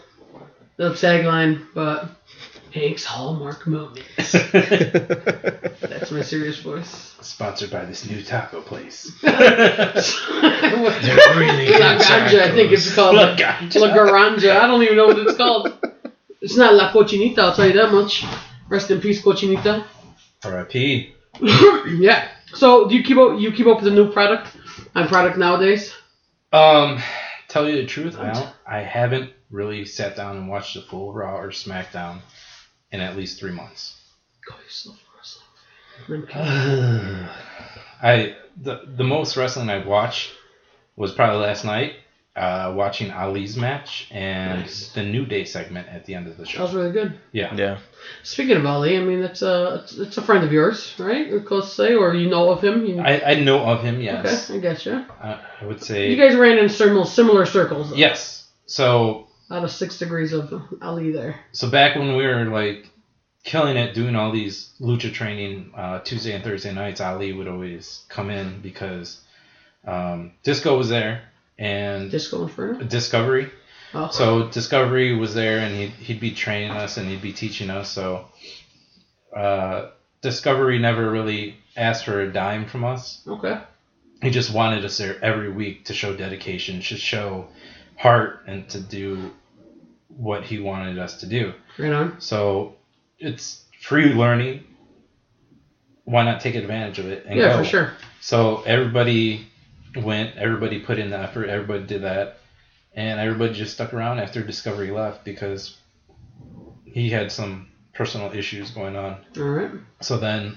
S2: little tagline, but Hank's hallmark moment. That's my serious voice. <laughs>
S3: Sponsored by this new taco <laughs> place.
S2: La
S4: They're really good.
S3: <laughs>
S2: Ganja, I think it's called. La
S3: Look, God.
S2: Garanja. I don't even know what it's called. It's not La Cochinita, I'll tell you that much. Rest in peace, Cochinita. <clears throat>
S3: R.I.P.
S2: yeah. So do you keep up? You keep up with the new product on product nowadays?
S3: Um, tell you the truth, I don't, I haven't really sat down and watched the full Raw or SmackDown in at least three months.
S2: Go yourself, wrestling.
S3: <sighs> I the the most wrestling I watched was probably last night, uh, watching Ali's match and
S2: Nice.
S3: the New Day segment at the end of the
S2: That was
S3: show.
S2: really good.
S3: Yeah,
S4: Yeah.
S2: Speaking of Ali, I mean that's a it's a friend of yours, right? We're close to say, or you know of him. You,
S3: I, I know of him. Yes,
S2: Okay, I gotcha.
S3: I, I would say
S2: You guys ran in similar similar circles. though.
S3: yes. So
S2: Out of six degrees of Ali there.
S3: so back when we were like killing it doing all these lucha training uh, tuesday and thursday nights ali would always come in because um, disco was there and
S2: Disco Inferno.
S3: discovery
S2: Oh.
S3: so discovery was there and he'd, he'd be training us and he'd be teaching us so uh, discovery never really asked for a dime from us
S2: okay.
S3: he just wanted us there every week to show dedication, to show heart, and to do what he wanted us to do.
S2: Right on.
S3: So it's free learning. Why not take advantage of it? And
S2: yeah,
S3: go?
S2: for sure.
S3: So everybody went, everybody put in the effort, everybody did that, and everybody just stuck around after Discovery left because he had some personal issues going on.
S2: All right.
S3: So then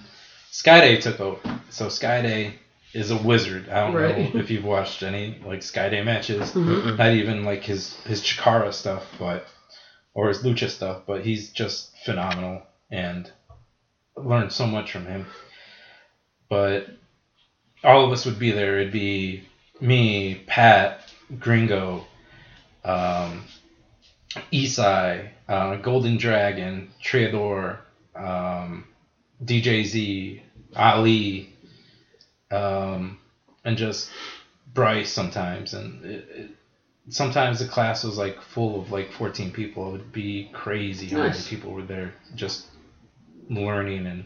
S3: Skyday took over. So Skyday is a wizard. I don't
S2: Right.
S3: know if you've watched any like Skyday matches,
S2: Mhm.
S3: not even like his his Chikara stuff, but or his Lucha stuff, but he's just phenomenal and learned so much from him. But all of us would be there. It'd be me, Pat, Gringo, um, Isai, uh, Golden Dragon, Treador, um, DJZ, Ali, um, and just Bryce sometimes. And it, it, sometimes the class was like full of like 14 people. It would be crazy how many
S2: Nice.
S3: people were there just learning and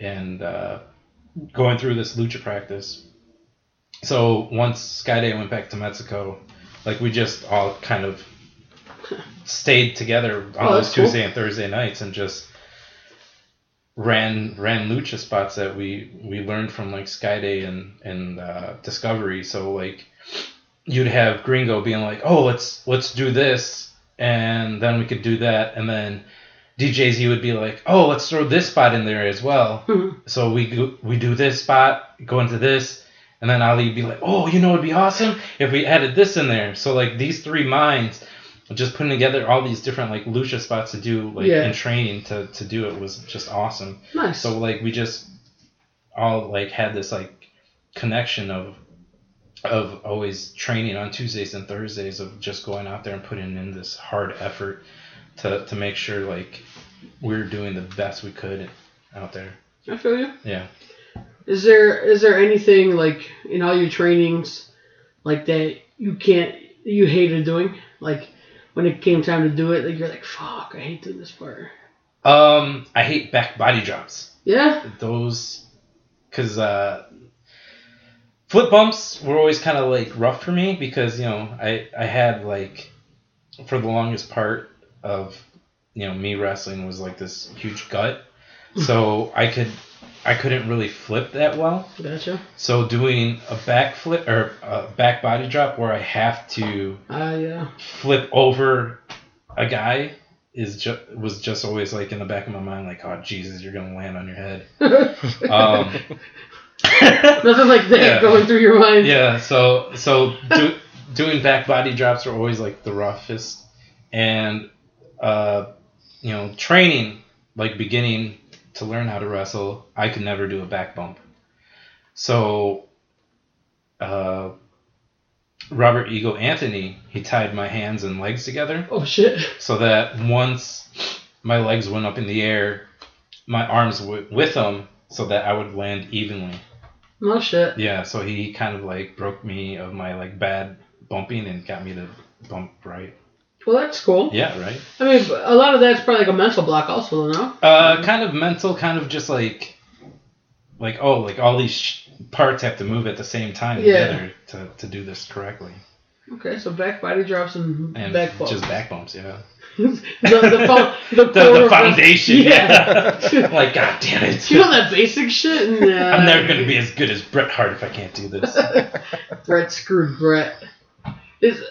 S3: and uh, going through this lucha practice. So once Skyday went back to Mexico, like we just all kind of stayed together on
S2: Oh,
S3: those
S2: that's cool.
S3: Tuesday and Thursday nights and just ran ran lucha spots that we we learned from like Sky Day and and uh, Discovery. So like you'd have Gringo being like, "Oh, let's let's do this," and then we could do that, and then DJZ would be like, "Oh, let's throw this spot in there as well."
S2: Mm-hmm.
S3: So we go, we do this spot, go into this, and then Ali'd be like, "Oh, you know, it'd be awesome if we added this in there." So like these three minds. Just putting together all these different like Lucia spots to do like
S2: Yeah.
S3: and training to, to do it was just awesome.
S2: Nice.
S3: So like we just all like had this like connection of of always training on Tuesdays and Thursdays of just going out there and putting in this hard effort to to make sure like we are doing the best we could out there.
S2: I feel you.
S3: Yeah.
S2: Is there is there anything like in all your trainings like that you can't you hated doing? Like when it came time to do it, like you're like, fuck, I hate doing this part.
S3: Um, I hate back body drops.
S2: Yeah?
S3: Those, cause uh, flip bumps were always kind of like rough for me because you know I I had like for the longest part of you know me wrestling was like this huge gut, so I could I couldn't really flip that well.
S2: Gotcha.
S3: So doing a back flip or a back body drop where I have to
S2: Ah yeah.
S3: flip over a guy is just was just always like in the back of my mind like oh jesus you're gonna land on your head um,
S2: Nothing like that
S3: Yeah.
S2: going through your mind.
S3: <laughs> yeah so so do, doing back body drops are always like the roughest and uh, you know training like beginning to learn how to wrestle i could never do a back bump so uh, robert ego anthony he tied my hands and legs together
S2: Oh shit. <laughs>
S3: so that once my legs went up in the air, my arms w- with them, so that I would land evenly.
S2: No Oh, shit.
S3: Yeah, so he kind of like broke me of my like bad bumping and got me to bump right.
S2: Well that's cool.
S3: Yeah, right.
S2: I mean a lot of that's probably like a mental block also, no?
S3: Uh, kind of mental, kind of just like, like oh, like all these sh- parts have to move at the same time
S2: Yeah.
S3: together to, to do this correctly.
S2: Okay, so back body drops and,
S3: And
S2: back bumps.
S3: just back bumps, yeah.
S2: the, the, fo- the,
S3: <laughs> The,
S2: core
S3: the
S2: of- <laughs>
S3: foundation,
S2: Yeah.
S3: yeah. <laughs> like god
S2: <laughs>
S3: damn it.
S2: you know that basic shit? Nah.
S3: <laughs> I'm never gonna be as good as Bret Hart if I can't do this.
S2: Brett screwed Brett. Is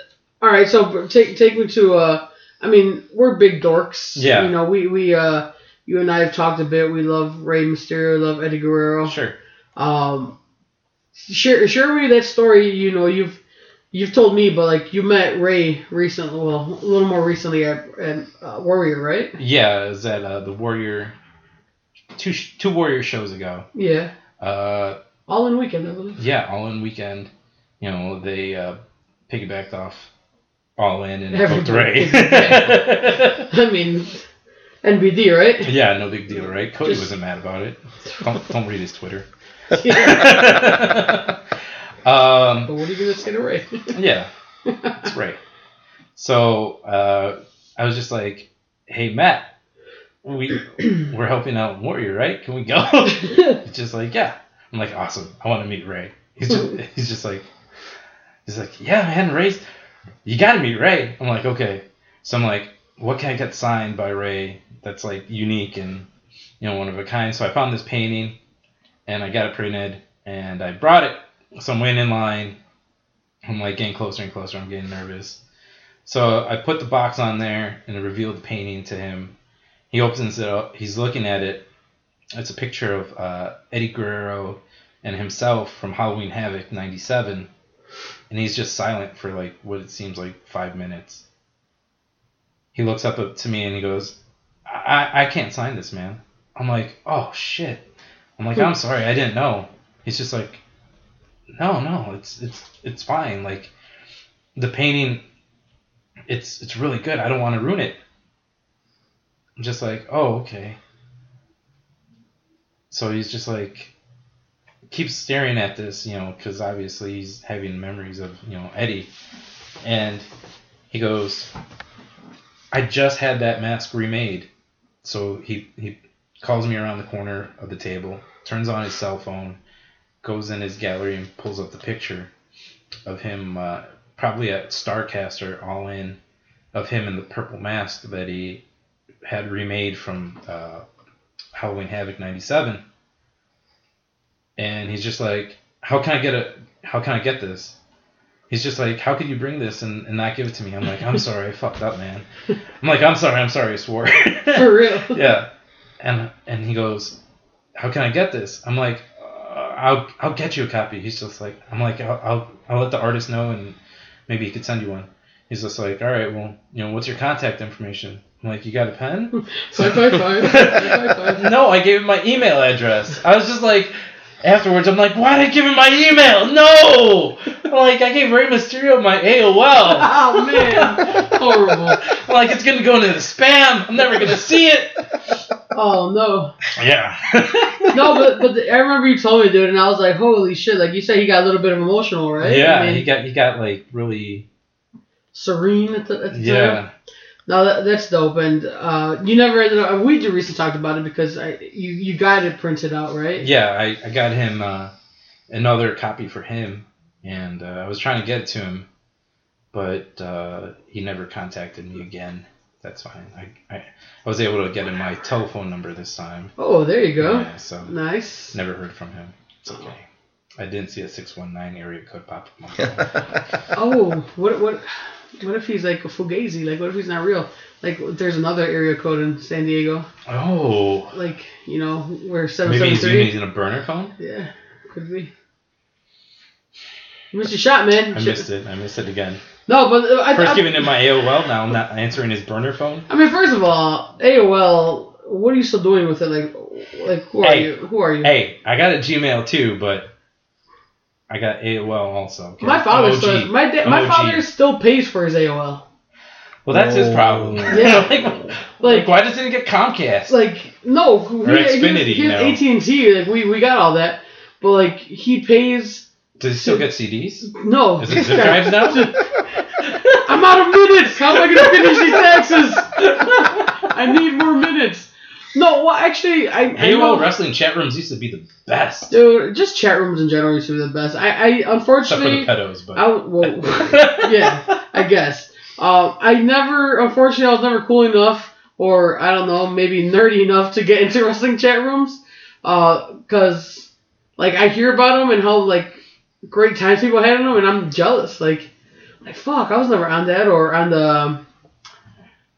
S2: all right. So take take me to. Uh, I mean, we're big dorks.
S3: Yeah.
S2: You know, we we uh, you and I have talked a bit. We love Rey Mysterio, love Eddie Guerrero.
S3: Oh, Sure.
S2: Um, share share with me that story. You know, you've you've told me, but like you met Ray recently. Well, a little more recently at, at uh, Warrior, right?
S3: Yeah, it was at uh, the Warrior, two sh- two Warrior shows ago.
S2: Yeah.
S3: Uh,
S2: All in weekend, I believe. <laughs>
S3: yeah, All In weekend. You know they uh, piggybacked off All In and
S2: Every-
S3: booked Ray.
S2: I mean, NBD,
S3: <laughs>
S2: right? <laughs>
S3: <laughs> yeah, no big deal, right? Cody
S2: Just-
S3: wasn't mad about it. Don't don't read his Twitter. <laughs>
S2: yeah.
S3: um,
S2: But what are you gonna say to Ray?
S3: yeah, it's Ray. So uh, I was just like, hey Matt, we we're helping out Warrior, right? Can we go? He's just like, yeah. I'm like, awesome. I want to meet Ray. He's just, he's just like, he's like, yeah, man, Ray's, you gotta meet Ray. I'm like, okay. So I'm like, what can I get signed by Ray that's like unique and you know one of a kind? So I found this painting, and I got it printed, and I brought it. So I'm waiting in line. I'm like getting closer and closer. I'm getting nervous. So I put the box on there and I revealed the painting to him. He opens it up. He's looking at it, it's a picture of uh, Eddie Guerrero and himself from Halloween Havoc '97, and he's just silent for like what it seems like five minutes. He looks up at- to me and he goes, "I I can't sign this, man." I'm like, "Oh shit!" I'm like, "I'm sorry, I didn't know." He's just like, "No, no, it's it's it's fine. Like, the painting, it's it's really good. I don't want to ruin it." I'm just like, "Oh, okay." so he's just like keeps staring at this you know because obviously he's having memories of you know eddie and he goes i just had that mask remade so he he calls me around the corner of the table turns on his cell phone goes in his gallery and pulls up the picture of him uh, probably at starcaster all in of him in the purple mask that he had remade from uh, Halloween Havoc '97, and he's just like, "How can I get a? How can I get this?" He's just like, "How could you bring this and, and not give it to me?" I'm like, "I'm sorry, I fucked up, man." I'm like, "I'm sorry, I'm sorry, I swore."
S2: <laughs> For real.
S3: yeah, and and he goes, "How can I get this?" I'm like, uh, "I'll I'll get you a copy." He's just like, "I'm like, I'll I'll, I'll let the artist know and." maybe he could send you one. He's just like, all right, well, you know, what's your contact information? I'm like, you got a pen?
S2: Sci fi five. Sci-fi five.
S3: no, I gave him my email address. I was just like, afterwards, I'm like, why did I give him my email? No! I'm like, I gave Rey Mysterio my AOL.
S2: Oh man, horrible.
S3: I'm like, it's gonna go into the spam. I'm never gonna see it.
S2: Oh no,
S3: Yeah.
S2: no, but but I remember you told me, dude, and I was like, holy shit! Like you said, he got a little bit of emotional, right?
S3: <laughs> yeah,
S2: I mean,
S3: he got he got like really
S2: serene at the, at the time.
S3: yeah.
S2: No, that, that's dope, and uh, you never ended up. We just recently talked about it because I you you got it printed out, right?
S3: Yeah, I, I got him uh, another copy for him, and uh, I was trying to get it to him, but uh, he never contacted me again. That's fine. I, I, I was able to get him my telephone number this time.
S2: Oh, there you go.
S3: Yeah, so
S2: Nice.
S3: never heard from him. It's okay. I didn't see a 619 area code pop up. on my phone.
S2: Oh, what what what if he's like a fugazi? Like, what if he's not real? Like, there's another area code in San Diego,
S3: oh,
S2: like you know where seven seven
S3: maybe he's
S2: three.
S3: using a burner phone?
S2: Yeah, could be. You missed your shot, man.
S3: I
S2: Shit.
S3: missed it. I missed it again.
S2: No, but uh, I,
S3: First
S2: I,
S3: giving him my AOL, now I'm not answering his burner phone.
S2: I mean, first of all, AOL. What are you still doing with it? Like, like who are
S3: Hey.
S2: you? Who are you?
S3: Hey, I got a Gmail too, but I got AOL also. okay?
S2: My father
S3: OG.
S2: still my da- my
S3: OG.
S2: father still pays for his AOL.
S3: Well, that's his problem. <laughs>
S2: Yeah.
S3: like,
S2: Like-
S3: like, why doesn't he get Comcast?
S2: It's like no, he,
S3: Xfinity
S2: he,
S3: now.
S2: AT and T. Like we we got all that, but like he pays
S3: Does he still get CDs?
S2: no. <laughs>
S3: Is it zip drives now?
S2: I'm out of minutes. How am I gonna finish these taxes? <laughs> I need more minutes. No, well, actually, I, I
S3: AOL
S2: know,
S3: wrestling chat rooms used to be the best.
S2: dude. Just chat rooms in general used to be the best. I, I
S3: Except for the
S2: unfortunately,
S3: pedos, <laughs> but
S2: I well, <laughs> yeah, I guess. Um, I never, unfortunately, I was never cool enough, or I don't know, maybe nerdy enough to get <laughs> into wrestling chat rooms. Uh, cause like I hear about them and how like great times people had in them, and I'm jealous. Like, like fuck, I was never on that or on the. um,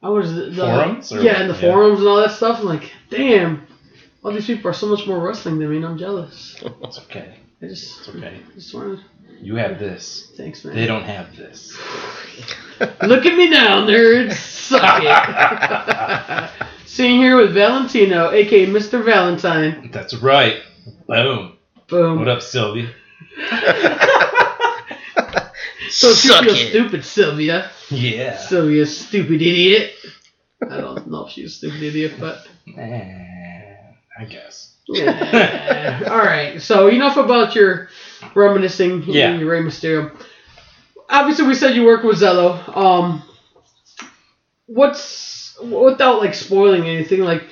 S2: I was the, the-
S3: Forums or-
S2: yeah, in the
S3: yeah.
S2: forums and all that stuff. I'm like, damn, all these people are so much more wrestling than me, and I'm jealous.
S3: it's okay.
S2: I just,
S3: It's okay.
S2: just wanted,
S3: You have this.
S2: thanks, man.
S3: They don't have this.
S2: <laughs> Look at me now, nerds. Suck it. Sitting here with Valentino, aka Mr. Valentine.
S3: That's right. Boom.
S2: Boom.
S3: What up, Sylvie?
S2: So
S4: Suck
S2: stupid,
S4: it.
S2: stupid Sylvia.
S3: Yeah.
S2: Sylvia, stupid idiot. I don't know if she's a stupid idiot, but
S3: Eh, I guess.
S2: yeah. <laughs> all right. So enough about your reminiscing.
S3: Yeah.
S2: Your Rey Mysterio. Obviously, we said you work with Zello. Um, what's without like spoiling anything? Like,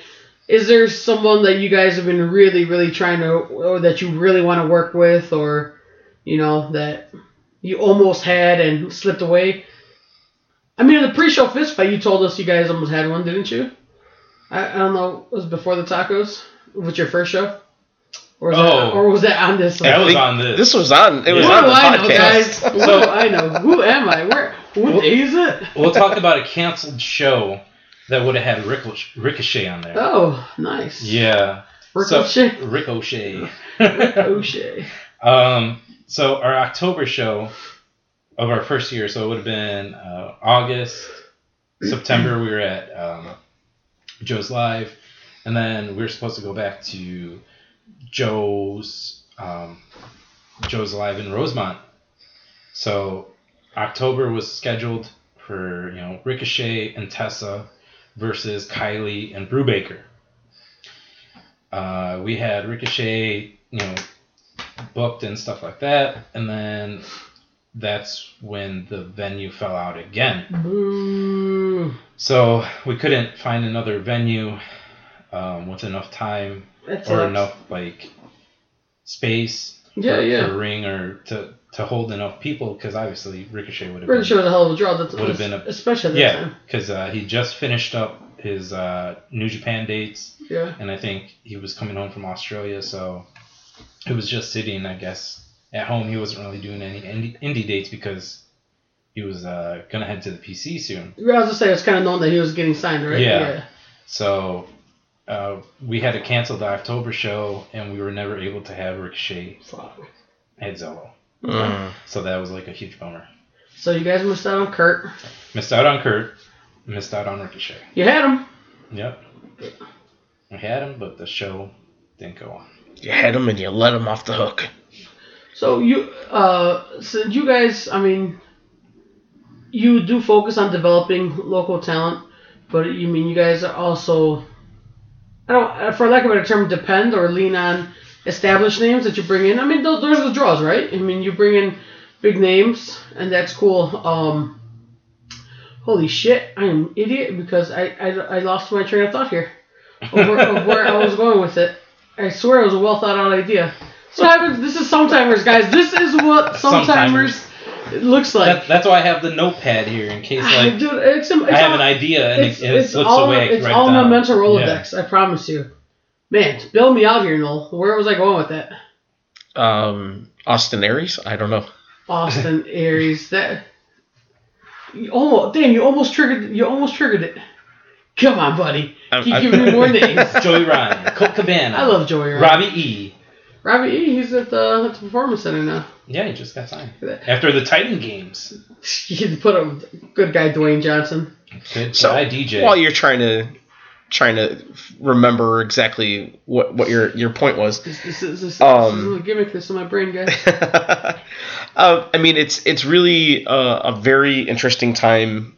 S2: is there someone that you guys have been really, really trying to, or that you really want to work with, or you know that you almost had and slipped away? I mean, in the pre-show fist fight, you told us you guys almost had one, didn't you? I, I don't know. It was before the tacos. Was your first show? Or was,
S3: Oh.
S2: that, or was that on this?
S3: That was
S4: think
S3: on this.
S4: This was on. It was
S2: Who
S3: Yeah.
S2: do
S4: on the
S2: I know, guys?
S4: podcast.
S2: Who do I know? Who am I? Where? What day is it?
S3: we'll talk about a canceled show that would have had Ricoch- Ricochet on there.
S2: Oh, nice.
S3: Yeah. So-
S2: Ricochet.
S3: Ricochet.
S2: <laughs> Ricochet.
S3: um, so our October show of our first year, so it would have been uh, August, September. We were at um, Joe's Live, and then we were supposed to go back to Joe's um, Joe's Live in Rosemont. So October was scheduled for you know Ricochet and Tessa versus Kylie and Brubaker. Uh, we had Ricochet, you know, booked and stuff like that, and then that's when the venue fell out again.
S2: Boo.
S3: So we couldn't find another venue um, with enough time
S2: That
S3: or
S2: sucks.
S3: enough like space
S2: Yeah,
S3: for, for
S2: yeah.
S3: a ring or to, to hold enough people because obviously Ricochet would have
S2: Ricochet was a hell of a draw. That's
S3: Would've been a-
S2: especially at that
S3: yeah,
S2: time.
S3: because uh, he just finished up his uh, New Japan dates,
S2: Yeah.
S3: and I think he was coming home from Australia, so it was just sitting, I guess, at home. He wasn't really doing any indie, indie dates because he was uh, gonna head to the PC soon.
S2: I was just saying it's kind of known that he was getting signed, right?
S3: Yeah. So uh, we had to cancel the October show, and we were never able to have Ricochet
S2: Fuck.
S3: and Zello.
S4: Mm.
S3: So that was like a huge bummer.
S2: So you guys missed out on Kurt.
S3: Missed out on Kurt. Missed out on Ricochet.
S2: You had him.
S3: Yep. We had him, but the show didn't go on.
S4: You had him and you let him off the hook.
S2: So you, uh, since you guys, I mean, you do focus on developing local talent, but you mean you guys are also, I don't, uh, for lack of a better term, depend or lean on established names that you bring in. I mean, those, those are the draws, right? I mean, you bring in big names, and that's cool. Um, holy shit, I am an idiot because I, I, I lost my train of thought here over, of where I was going with it. I swear it was a well thought out idea. So happens this is sometimers, guys. This is what sometimers, looks like.
S3: That, that's why I have the notepad here in case like
S2: Dude, it's, it's
S3: I have an
S2: all-
S3: idea and
S2: It's,
S3: it, it
S2: it's
S3: slips
S2: all,
S3: away.
S2: it's
S3: right
S2: all in
S3: down.
S2: my mental <laughs>
S3: Yeah.
S2: Rolodex, I promise you. Man, build me out here, Noel. Where was I going with that?
S4: Um, Austin Aries? I don't know.
S3: <laughs>
S2: Austin Aries. That you almost damn, you almost triggered you almost triggered it. Come on, buddy.
S4: I'm-
S2: Keep
S4: I'm-
S2: giving me
S3: <laughs>
S2: more names.
S3: Joey Ryan, Colt Cabana.
S2: I love Joey Ryan.
S3: Robbie E.
S2: Robbie E, he's at the, at the performance center now. <laughs>
S3: Yeah, he just got signed after the Titan games.
S2: You put him good guy Dwayne Johnson.
S3: Good
S4: So
S3: guy, DJ.
S4: while you're trying to trying to remember exactly what what your your point was, <laughs>
S2: This, this, is this, this is
S4: Um,
S2: a little gimmick that's in my brain,
S3: <laughs>
S2: guys.
S4: uh, I mean, it's it's really uh, a very interesting time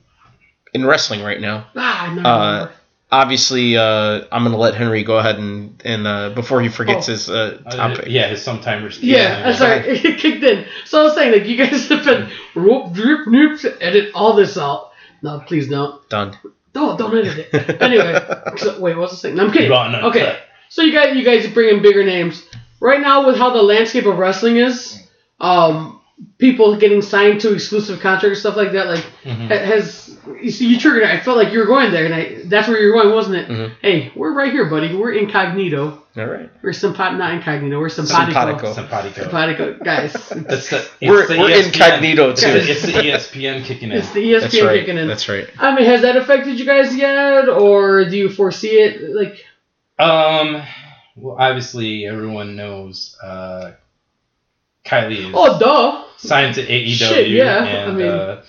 S4: in wrestling right now.
S2: ah, no.
S4: Uh, Obviously, uh, I'm going to let Henry go ahead and and uh, before he forgets
S2: Oh.
S4: his uh,
S3: Uh,
S4: topic.
S3: yeah, his sometimers.
S2: Yeah, I'm sorry, <laughs> it kicked in. So I was saying, like, you guys <laughs> have been rope, drip, noop, to edit all this out. No, please don't.
S4: Done.
S2: No, don't edit it. Anyway, so, wait, what's the thing? No, I'm kidding.
S3: Raw and uncut.
S2: okay, so you guys, you guys bring in bigger names right now with how the landscape of wrestling is. Um, people getting signed to exclusive contracts, stuff like that. Like,
S3: Mhm.
S2: ha- has you see, you triggered. it. I felt like you were going there, and I, that's where you were going, wasn't it?
S4: Mhm.
S2: Hey, we're right here, buddy. We're incognito.
S4: All right.
S2: We're simpatico, not incognito. We're simpatico.
S4: Simpatico.
S3: Simpatico.
S2: Simpatico, uh, guys. It's,
S3: That's the, it's
S4: We're,
S3: the E
S4: we're
S3: ESPN.
S4: incognito
S3: It's the,
S4: too.
S3: it's the E
S2: <laughs>
S3: ESPN kicking in.
S2: it's the E ESPN
S4: That's right.
S2: kicking in.
S4: That's right.
S2: I mean, has that affected you guys yet, or do you foresee it? Like,
S3: Um, well, obviously everyone knows uh, Kylie is
S2: oh, duh.
S3: signed to AEW,
S2: Shit, yeah,
S3: and
S2: I mean-
S3: uh,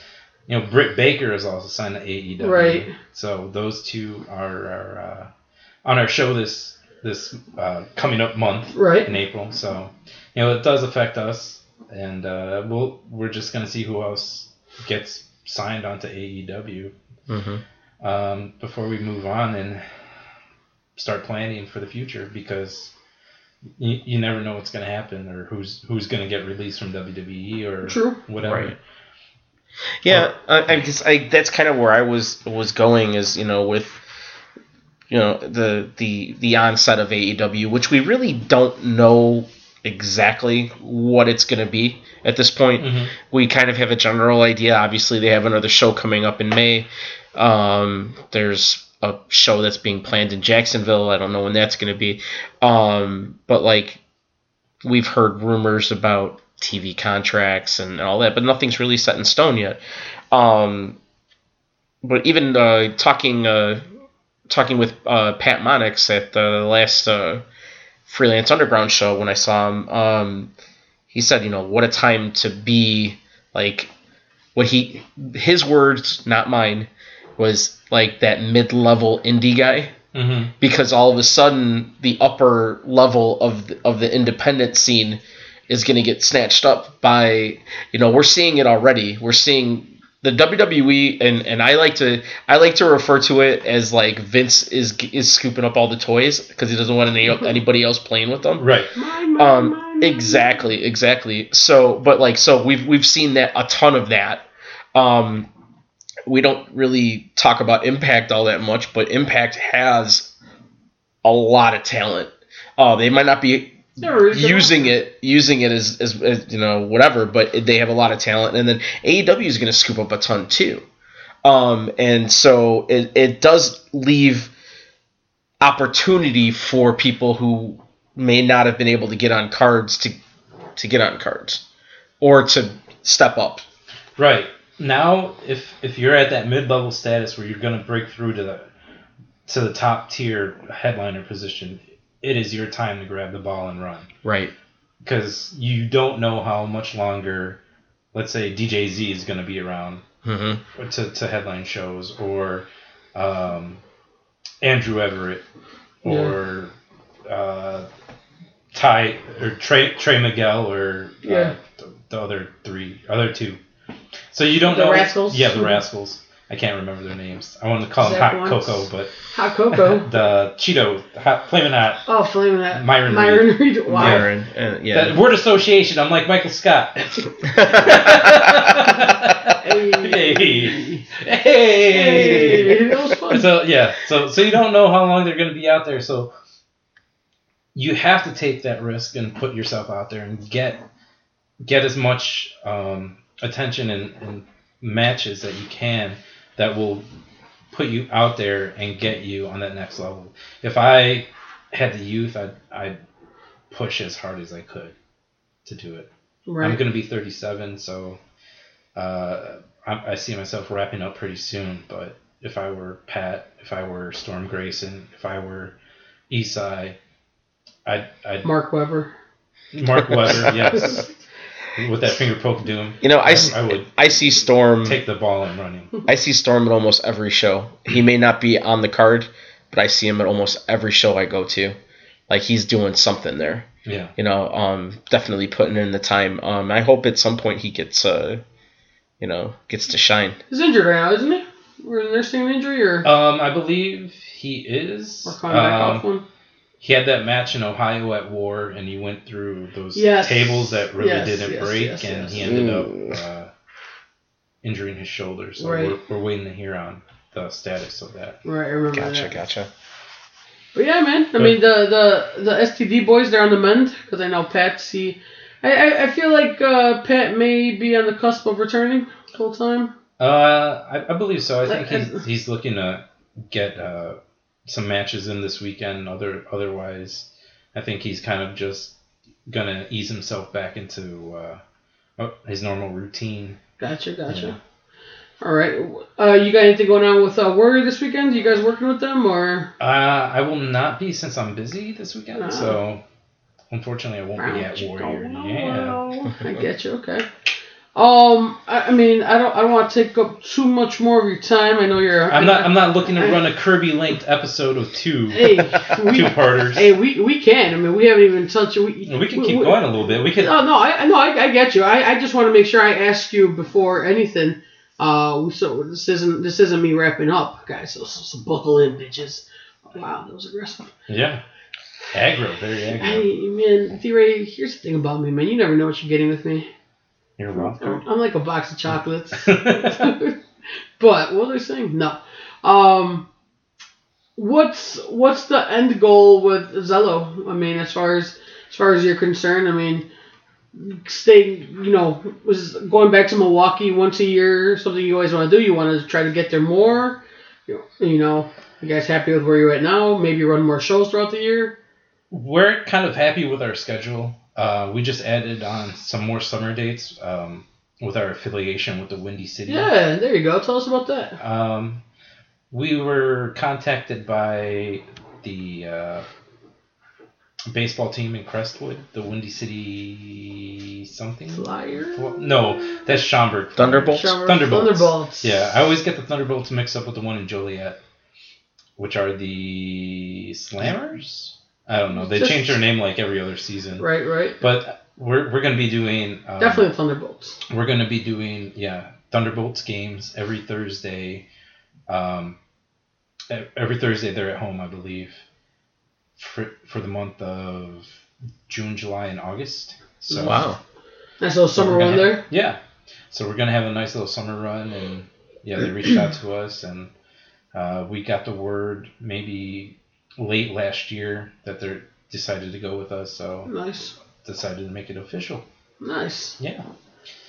S3: you know Britt Baker is also signed to AEW.
S2: Right.
S3: So those two are, are uh, on our show this this uh, coming up month in
S2: Right.
S3: April. So you know it does affect us, and uh, we'll we're just gonna see who else gets signed onto E AEW
S4: hmm
S3: um, before we move on and start planning for the future because you, you never know what's going to happen or who's who's going to get released from WWE or
S2: True.
S3: whatever.
S4: Right. Yeah, I, I guess I, that's kind of where I was was going is you know with you know the the the onset of AEW, which we really don't know exactly what it's going to be at this point.
S3: Mhm.
S4: We kind of have a general idea. Obviously, they have another show coming up in May. Um, there's a show that's being planned in Jacksonville. I don't know when that's going to be. Um, but like we've heard rumors about TV contracts and all that, but nothing's really set in stone yet. Um, but even uh, talking uh, talking with uh, Pat Monix at the last uh, Freelance Underground show when I saw him, um, he said, you know, what a time to be like what he his words, not mine, was like that mid level indie guy
S3: hmm
S4: because all of a sudden the upper level of the, of the independent scene is going to get snatched up by you know we're seeing it already we're seeing the WWE and, and I like to I like to refer to it as like Vince is is scooping up all the toys because he doesn't want any, anybody else playing with them
S3: Right.
S2: Mine, mine, mine,
S4: um
S2: mine.
S4: exactly exactly so but like so we've we've seen that a ton of that um we don't really talk about impact all that much but impact has a lot of talent uh they might not be
S2: Never is gonna-
S4: using it using it as, as, E as you know whatever but they have a lot of talent and then AEW is going to scoop up a ton too Um, and so it, it does leave opportunity for people who may not have been able to get on cards to to get on cards or to step up.
S3: Right. Now if if you're at that mid level status where you're gonna break through to the to the top tier headliner position, it is your time to grab the ball and run.
S4: Right.
S3: Because you don't know how much longer let's say DJ Z is gonna be around
S4: Mm-hmm.
S3: or to, to headline shows or um, Andrew Everett or uh, Ty or Trey, Trey Miguel or
S2: Yeah.
S3: uh, the, the other three other two. So you don't
S2: The
S3: know
S2: Rascals?
S3: Yeah, the Rascals. I can't remember their names. I want to call them
S2: Zach
S3: Hot
S2: Wants-
S3: Cocoa,
S2: <laughs>
S3: but
S2: Hot
S3: <laughs>
S2: Cocoa.
S3: the Cheeto Hot Flamin' Hot.
S2: oh, flaming that.
S3: Myron
S2: Myron Reed. Wow.
S4: Myron, uh,
S3: That
S4: yeah.
S3: word association. I'm like Michael Scott.
S2: <laughs> Hey.
S3: hey. hey.
S2: Hey, that was fun.
S3: so yeah, so so you don't know how long they're going to be out there, so you have to take that risk and put yourself out there and get get as much um, attention and, and matches that you can that will put you out there and get you on that next level. If I had the youth, I'd, I'd push as hard as I could to do it. I'm
S2: right.
S3: going to be 37, so uh, I, I see myself wrapping up pretty soon. But if I were Pat, if I were Storm Grayson, if I were Esai, I'd, I'd
S2: Mark Weber. <laughs>
S3: Mark Weber, yes, with that finger poke doom,
S4: <laughs> You know, I,
S3: I,
S4: s-
S3: I would
S4: I see Storm.
S3: take the ball and run him.
S4: I see Storm at almost every show. He may not be on the card, but I see him at almost every show I go to. Like he's doing something there.
S3: Yeah,
S4: You know, um, definitely putting in the time. Um, I hope at some point he gets, uh, you know, gets to shine.
S2: He's injured right now, isn't he? We're nursing an injury or
S3: um, I believe he is.
S2: we're coming back
S3: Um,
S2: off one.
S3: he had that match in Ohio at War, and he went through those
S2: Yes.
S3: tables that really
S2: Yes,
S3: didn't
S2: yes,
S3: break,
S2: yes,
S3: and
S2: yes.
S3: he ended
S4: Ooh.
S3: up uh, injuring his shoulder. So
S2: Right.
S3: we're, we're waiting to hear on the status of that.
S2: Right, I remember
S4: Gotcha,
S2: that.
S4: gotcha.
S2: But yeah, man. I mean, the the the STD boys they're on the mend because I know Pat. See, I, I I feel like uh, Pat may be on the cusp of returning full time.
S3: Uh, I, I believe so. I
S2: Like,
S3: think he's,
S2: and-
S3: he's looking to get uh, some matches in this weekend. Other otherwise, I think he's kind of just gonna ease himself back into uh, oh, his normal routine.
S2: Gotcha, gotcha. All right. Uh, you got anything going on with uh, Warrior this weekend? You guys working with them or?
S3: Uh, I will not be since I'm busy this weekend,
S2: Ah.
S3: so unfortunately I won't be at Warrior. Yeah.
S2: I get you. Okay. Um, I, I mean, I don't, I don't want to take up too much more of your time. I know you're.
S3: I'm not I'm not looking to run a Kirby length episode of two
S2: <laughs> hey,
S3: <laughs> two
S2: we,
S3: parters.
S2: hey, we we can. I mean, we haven't even touched. We Ah.
S3: we can keep going a little bit. We could
S2: Oh, No, no, I I- no, I, I get you. I, I just want to make sure I ask you before anything. Uh, so this isn't this isn't me wrapping up, guys. So, so, so buckle in, bitches. Wow, that was aggressive.
S3: Yeah. Aggro, very aggro.
S2: Hey, man, D-Ray, here's the thing about me, man. You never know what you're getting with me.
S3: You're
S2: I'm
S3: welcome. <laughs>
S2: I'm like a box of chocolates.
S3: uh,
S2: but what was I saying? No. Um, what's what's the end goal with Zello? I mean, as far as as far as you're concerned, I mean, staying, you know, was going back to Milwaukee once a year something you always want to do? You want to try to get there more. You you know, you guys happy with where you're at now? Maybe run more shows throughout the year.
S3: We're kind of happy with our schedule. Uh, we just added on some more summer dates um, with our affiliation with the Windy City.
S2: Yeah, there you go. Tell us about that.
S3: Um, we were contacted by the uh, baseball team in Crestwood, the Windy City something.
S2: Flyer.
S3: Well, no, that's Schaumburg.
S4: Thunderbolts?
S2: Shower-
S3: Thunderbolts.
S2: Thunderbolts.
S3: Yeah, I always get the Thunderbolts mixed up with the one in Joliet, which are the Slammers. I don't know. They
S2: Just-
S3: change their name like every other season.
S2: Right, right.
S3: But we're, we're going to be doing. Um,
S2: Definitely Thunderbolts.
S3: we're going to be doing yeah thunderbolts games every thursday um, e- every thursday they're at home i believe for, for the month of june july and august so
S4: Wow.
S2: Nice little
S3: so we're
S2: summer
S3: gonna
S2: one
S3: have-
S2: there.
S3: yeah so we're going to have a nice little summer run and yeah they reached out to us and uh, we got the word maybe late last year that they're decided to go with us so
S2: Nice.
S3: decided to make it official
S2: Nice.
S3: yeah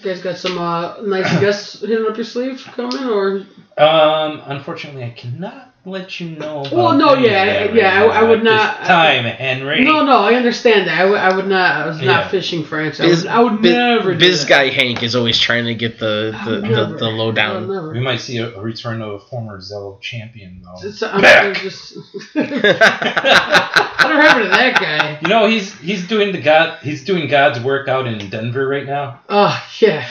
S2: You guys got some uh, nice guests <laughs> hidden up your sleeve coming, or
S3: Um, unfortunately, I cannot let you know. About
S2: Well, no,
S3: any of
S2: yeah,
S3: that
S2: I- yeah, I-
S3: now
S2: I would
S3: at this
S2: not-
S3: time, Henry.
S2: no, no, I understand that. I would, I would not, I was
S3: Yeah.
S2: not fishing for answers. I
S4: Biz-
S2: would, I would
S4: Biz,
S2: never. do
S4: Biz
S2: that.
S4: guy Hank is always trying to get the
S2: I
S4: the,
S2: would
S4: the,
S2: never.
S4: the
S2: I would
S4: lowdown.
S2: never.
S3: We might see a, a return of a former Zello champion, though.
S2: It's, uh, I'm,
S1: Back.
S2: I'm just. <laughs> what happened to that guy?
S3: You know, he's he's doing the God he's doing God's work out in Denver right now.
S2: Oh yeah,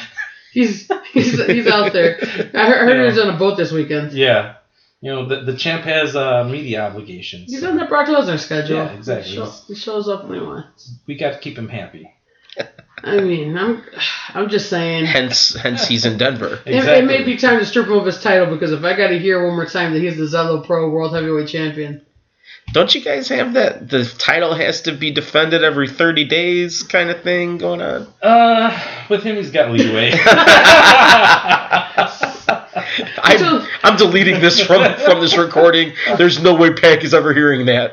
S2: he's he's he's out there. I heard, I heard he was on a boat this weekend.
S3: Yeah, you know the the champ has uh, media obligations.
S2: He's
S3: so
S2: on the Brock Lesnar schedule.
S3: Yeah, exactly.
S2: He, show- he shows up when he wants.
S3: we got to keep him happy.
S2: I mean, I'm <sighs> I'm just saying.
S4: <laughs> hence, hence he's in Denver.
S2: It- It, may be time to strip him of his title because if I got to hear one more time that he's the Zello Pro World Heavyweight
S3: <laughs>
S2: Champion, <laughs>
S4: Don't you guys have that? The title has to be defended every 30 days kind of thing going on?
S3: Uh, with him, he's
S2: <laughs>
S3: got leeway. <laughs>
S4: I'm, I'm deleting this from, from this recording. There's no way Pack is ever hearing that.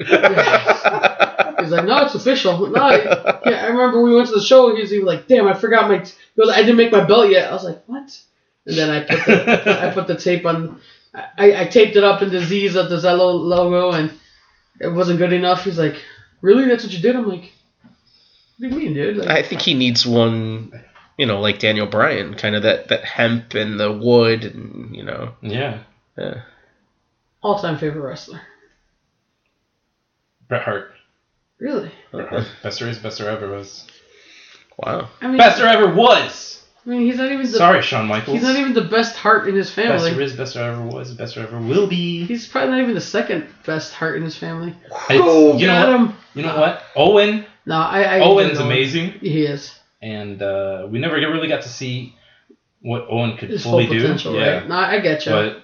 S2: he's like, no, it's official. No, I, yeah, I remember we went to the show. He was even like, damn, I forgot my. T-. He was like, I didn't make my belt yet. I was like, what? And then I put the, I put the tape on. I, I taped it up in the Z's of the Zello logo, and it wasn't good enough. He's like, really? That's what you did? I'm like, what do you mean, dude? Like,
S4: <laughs> I think he needs one, you know, like Daniel Bryan, kind of that, that hemp and the wood, and, you know.
S3: yeah,
S4: yeah.
S2: All time favorite wrestler.
S3: Bret Hart.
S2: Really?
S3: Bret
S4: Uh-huh.
S3: Hart. Best there is, best there ever was.
S4: Wow.
S2: I mean,
S3: Best there ever was.
S2: I mean, he's not even the
S3: Sorry, Shawn Michaels.
S2: He's not even the best heart in his
S3: best there
S2: family.
S3: is, best there ever was, best there ever will be.
S2: He's probably not even the second best heart in his family.
S3: It's-
S2: oh,
S3: you know
S2: got
S3: what?
S2: him.
S3: You know what? Owen.
S2: No, I. I
S3: Owen's
S2: I know.
S3: amazing,
S2: He is.
S3: and uh, we never really got to see what Owen could
S2: His full
S3: fully do.
S2: potential,
S3: yeah,
S2: right? No, I get you.
S3: but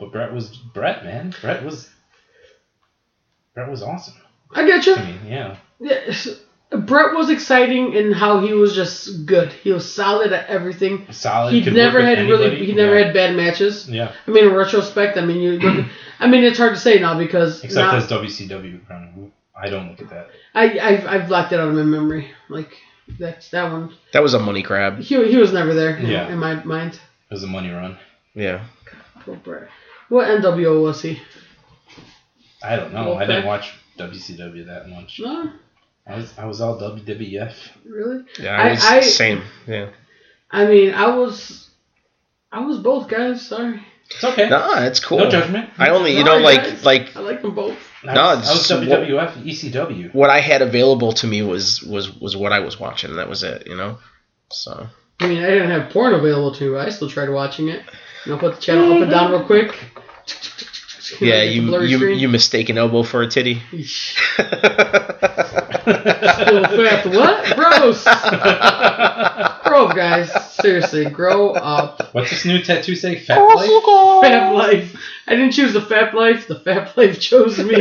S3: but Brett was Brett, man. Brett was Brett was awesome.
S2: I get you.
S3: I mean, yeah,
S2: Yes. Brett was exciting in how he was just good. He was solid at everything.
S3: solid.
S2: He
S3: could
S2: never
S3: work with
S2: had really.
S3: anybody.
S2: He never
S3: yeah.
S2: had bad matches.
S3: Yeah,
S2: I mean, in retrospect, I mean, you.
S3: <clears throat>
S2: look- I mean, it's hard to say now because
S3: except
S2: now,
S3: as WCW. Crown. I don't look at that.
S2: I I've, I've blocked it out of my memory. Like that's that one.
S4: That was a money grab.
S2: He he was never there. in-
S3: Yeah.
S2: In my mind.
S3: It was a money run.
S4: Yeah.
S2: Poor Brett. What NWO was he?
S3: I don't know. I
S2: Okay.
S3: didn't watch WCW that much.
S2: No,
S3: I was I was all WWF.
S2: really.
S4: Yeah, I
S2: I-
S4: was
S2: I-
S4: same. Yeah.
S2: I mean, I was, I was both guys. Sorry,
S3: It's okay.
S4: Nah, it's cool.
S3: No judgment.
S4: I only, you
S2: No,
S4: know, like
S2: guys.
S4: like
S2: I like them both.
S3: I
S4: No,
S3: was,
S4: it's
S3: I was
S4: just
S3: WWF, ECW.
S4: what I had available to me was was was what I was watching. That was it, you know. So
S2: I mean, I didn't have porn available to. you. I still tried watching it. You know, put the channel up and down real quick.
S4: <laughs> yeah,
S2: Get the
S4: you
S2: blurry
S4: you
S2: screen.
S4: you mistake an elbow for a titty.
S2: <laughs> Yeesh. Little
S3: That's
S2: fat. What?
S4: <laughs>
S2: Gross. Grow up, guys. Seriously, grow up.
S3: What's this new tattoo say? Fat
S4: Oh.
S3: life?
S2: <laughs> Fab life. I didn't choose the fab life. The fab life chose
S3: <laughs>
S2: me.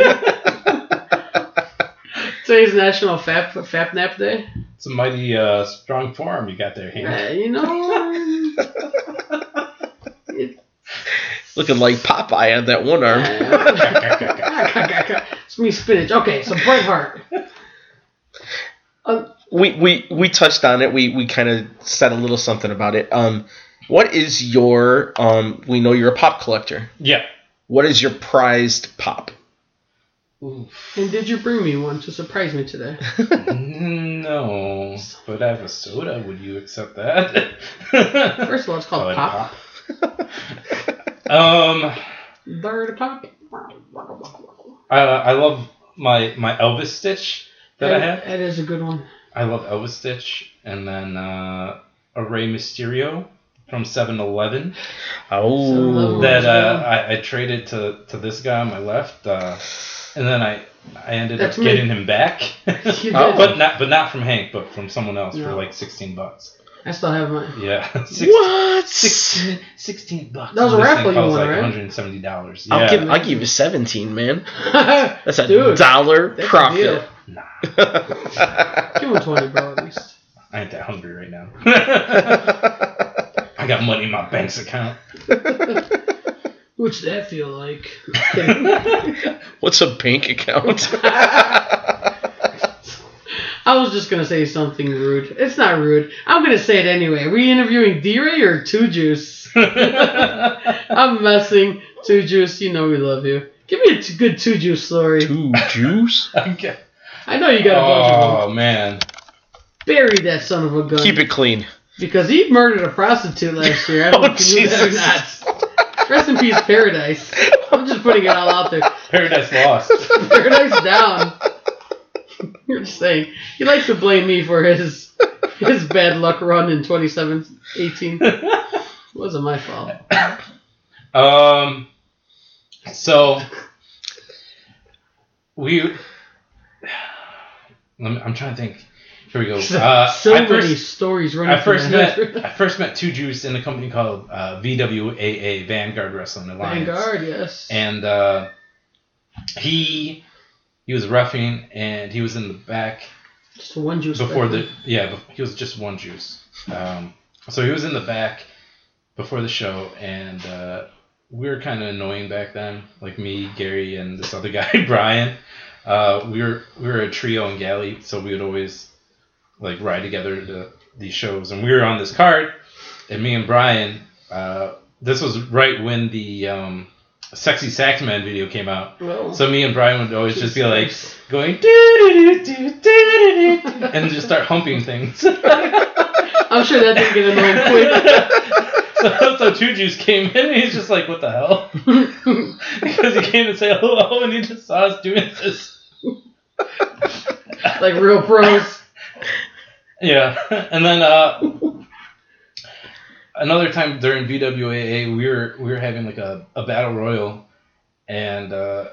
S2: Today's National Fap Fap Nap Day.
S3: It's a mighty uh, strong forearm you got there, Hank.
S2: Uh, you know.
S3: <laughs>
S4: <laughs> Looking like Popeye on that one arm.
S2: uh, it's me spinach. Okay, so Bret Hart.
S4: we we we touched on it. We we kind of said a little something about it. Um, what is your um? We know you're a pop collector.
S3: <laughs> yeah.
S4: What is your prized pop? <laughs>
S2: And did you bring me one to surprise me today? <laughs>
S3: No, but I have a soda. Would you accept that? <laughs> First
S2: First of all, it's called pop.
S3: Um, uh,
S2: Third pop.
S3: I love my my Elvis stitch that I have.
S2: That is a good one.
S3: I love Elvis Stitch, and then uh, a Rey Mysterio from 7-Eleven
S4: Oh,
S2: That-
S3: that uh, I, I traded to, to this guy on my left, uh, and then I I ended
S2: That's
S3: up
S2: me.
S3: getting him back, <laughs>
S2: You
S4: Oh,
S2: did.
S3: Uh, but not but not from Hank, but from someone else for
S2: No.
S3: like sixteen bucks.
S2: I still have mine.
S3: Yeah, <laughs> Six-
S4: what?
S3: 16, 16 bucks.
S2: That was a
S3: This thing
S2: raffle you
S3: costs,
S2: won,
S3: like
S2: right?
S3: One hundred and seventy dollars. Yeah,
S4: I'll give I'll give you seventeen, man. That's a
S2: Dude,
S4: dollar
S2: <laughs> That's a
S4: profit.
S2: deal.
S3: nah,
S4: <laughs>
S2: Give him twenty, bro. At least.
S3: I ain't that hungry
S2: <laughs>
S3: right now. <laughs> I got money in my bank's account.
S2: What's that feel like?
S3: <laughs>
S4: What's a bank account?
S2: I was just gonna say something rude. It's not rude. I'm gonna say it anyway. Are we interviewing D-Ray or Two Juice? I'm messing. Two Juice, you know we love you. Give me a t- good Two Juice story.
S4: Two juice.
S3: Okay.
S2: I know you got a bunch of them.
S3: Oh man.
S2: Bury that son of a gun.
S4: Keep it clean.
S2: Because he murdered a prostitute last year. I don't
S4: <laughs> Oh,
S2: know if you knew that or not. Rest in peace, Paradise. I'm just putting it all out there.
S3: Paradise Lost.
S2: Paradise down. You're just saying he likes to blame me for his his bad luck run in
S3: <laughs>
S2: 2018. It wasn't my fault.
S3: Um, so we. Let me- I'm trying to think. Here we go. Uh,
S2: <laughs> so
S3: I
S2: many
S3: first,
S2: stories running.
S3: I first
S2: through my head.
S3: <laughs> met I first met Two Juice in a company called uh, VWAA Vanguard Wrestling Alliance,
S2: Vanguard, yes.
S3: and uh, he he was roughing and he was in the back
S2: just one juice
S3: before
S2: back
S3: the yeah bef- he was just one juice um, so he was in the back before the show and uh, we were kind of annoying back then like me gary and this other <laughs> guy brian uh, we were we were a trio in galley so we would always like ride together to these shows and we were on this card and me and brian uh, this was right when the um, sexy sax man video came out
S2: then. Well,
S3: so me and Brian would always just be like
S2: Jesus.
S3: going doo doo doo doo doo doo doo and just start humping things. <laughs> so,
S2: I'm sure that didn't get
S3: <laughs>
S2: annoying
S3: so Two Juice came in and he's just like, "What the hell?" <laughs>
S2: quick.
S3: Because he came to say hello and he just saw us doing this.
S2: like real pros.
S3: Yeah, <laughs> and then uh, another time during VWAA, we were we were having like a, a battle royal, and uh,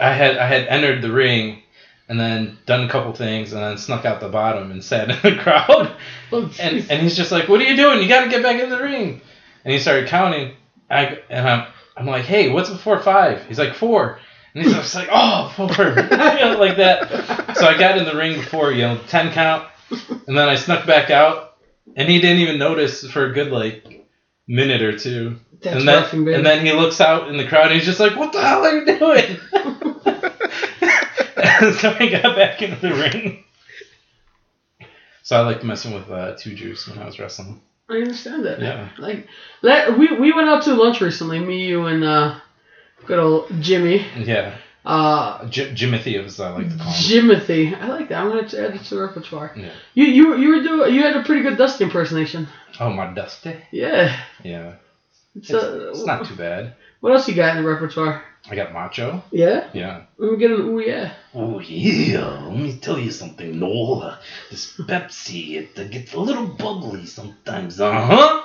S3: I had I had entered the ring. And then done a couple things, and then snuck out the bottom and sat in the <laughs> crowd.
S2: Oh,
S3: <laughs> and, and he's just like, "What are you doing? You got to get back in the ring." And he started counting. I and I'm I'm like, "Hey, what's before five? He's like, four. And he's just like, "Oh, four," <laughs> you know, like that. So I got in the ring before, you know, ten count, and then I snuck back out, and he didn't even notice for a good like minute or two.
S2: That's
S3: and then
S2: roughing, baby.
S3: and then he looks out in the crowd and he's just like, "What the hell are you doing?"
S5: <laughs>
S3: And so I got back into the ring. So I liked messing with uh, Two Juice when I was wrestling.
S2: I understand that.
S3: Yeah.
S2: Like that, we we went out to lunch recently, me, you, and uh, good old Jimmy.
S3: Yeah,
S2: Uh,
S3: J- Jimothy was I like to call him.
S2: Jimothy. I like that. I'm gonna add it to the repertoire.
S3: Yeah.
S2: You you you were doing you had a pretty good Dusty impersonation.
S3: Oh my dusty.
S2: Yeah.
S3: Yeah,
S2: It's,
S3: it's,
S2: uh,
S3: it's not too bad.
S2: What else you got in the repertoire?
S3: I got Macho.
S2: Yeah.
S3: Yeah.
S2: Let me get an ooh yeah.
S5: Oh yeah, let me tell you something, Noel. This Pepsi, it uh, gets a little bubbly sometimes, uh huh.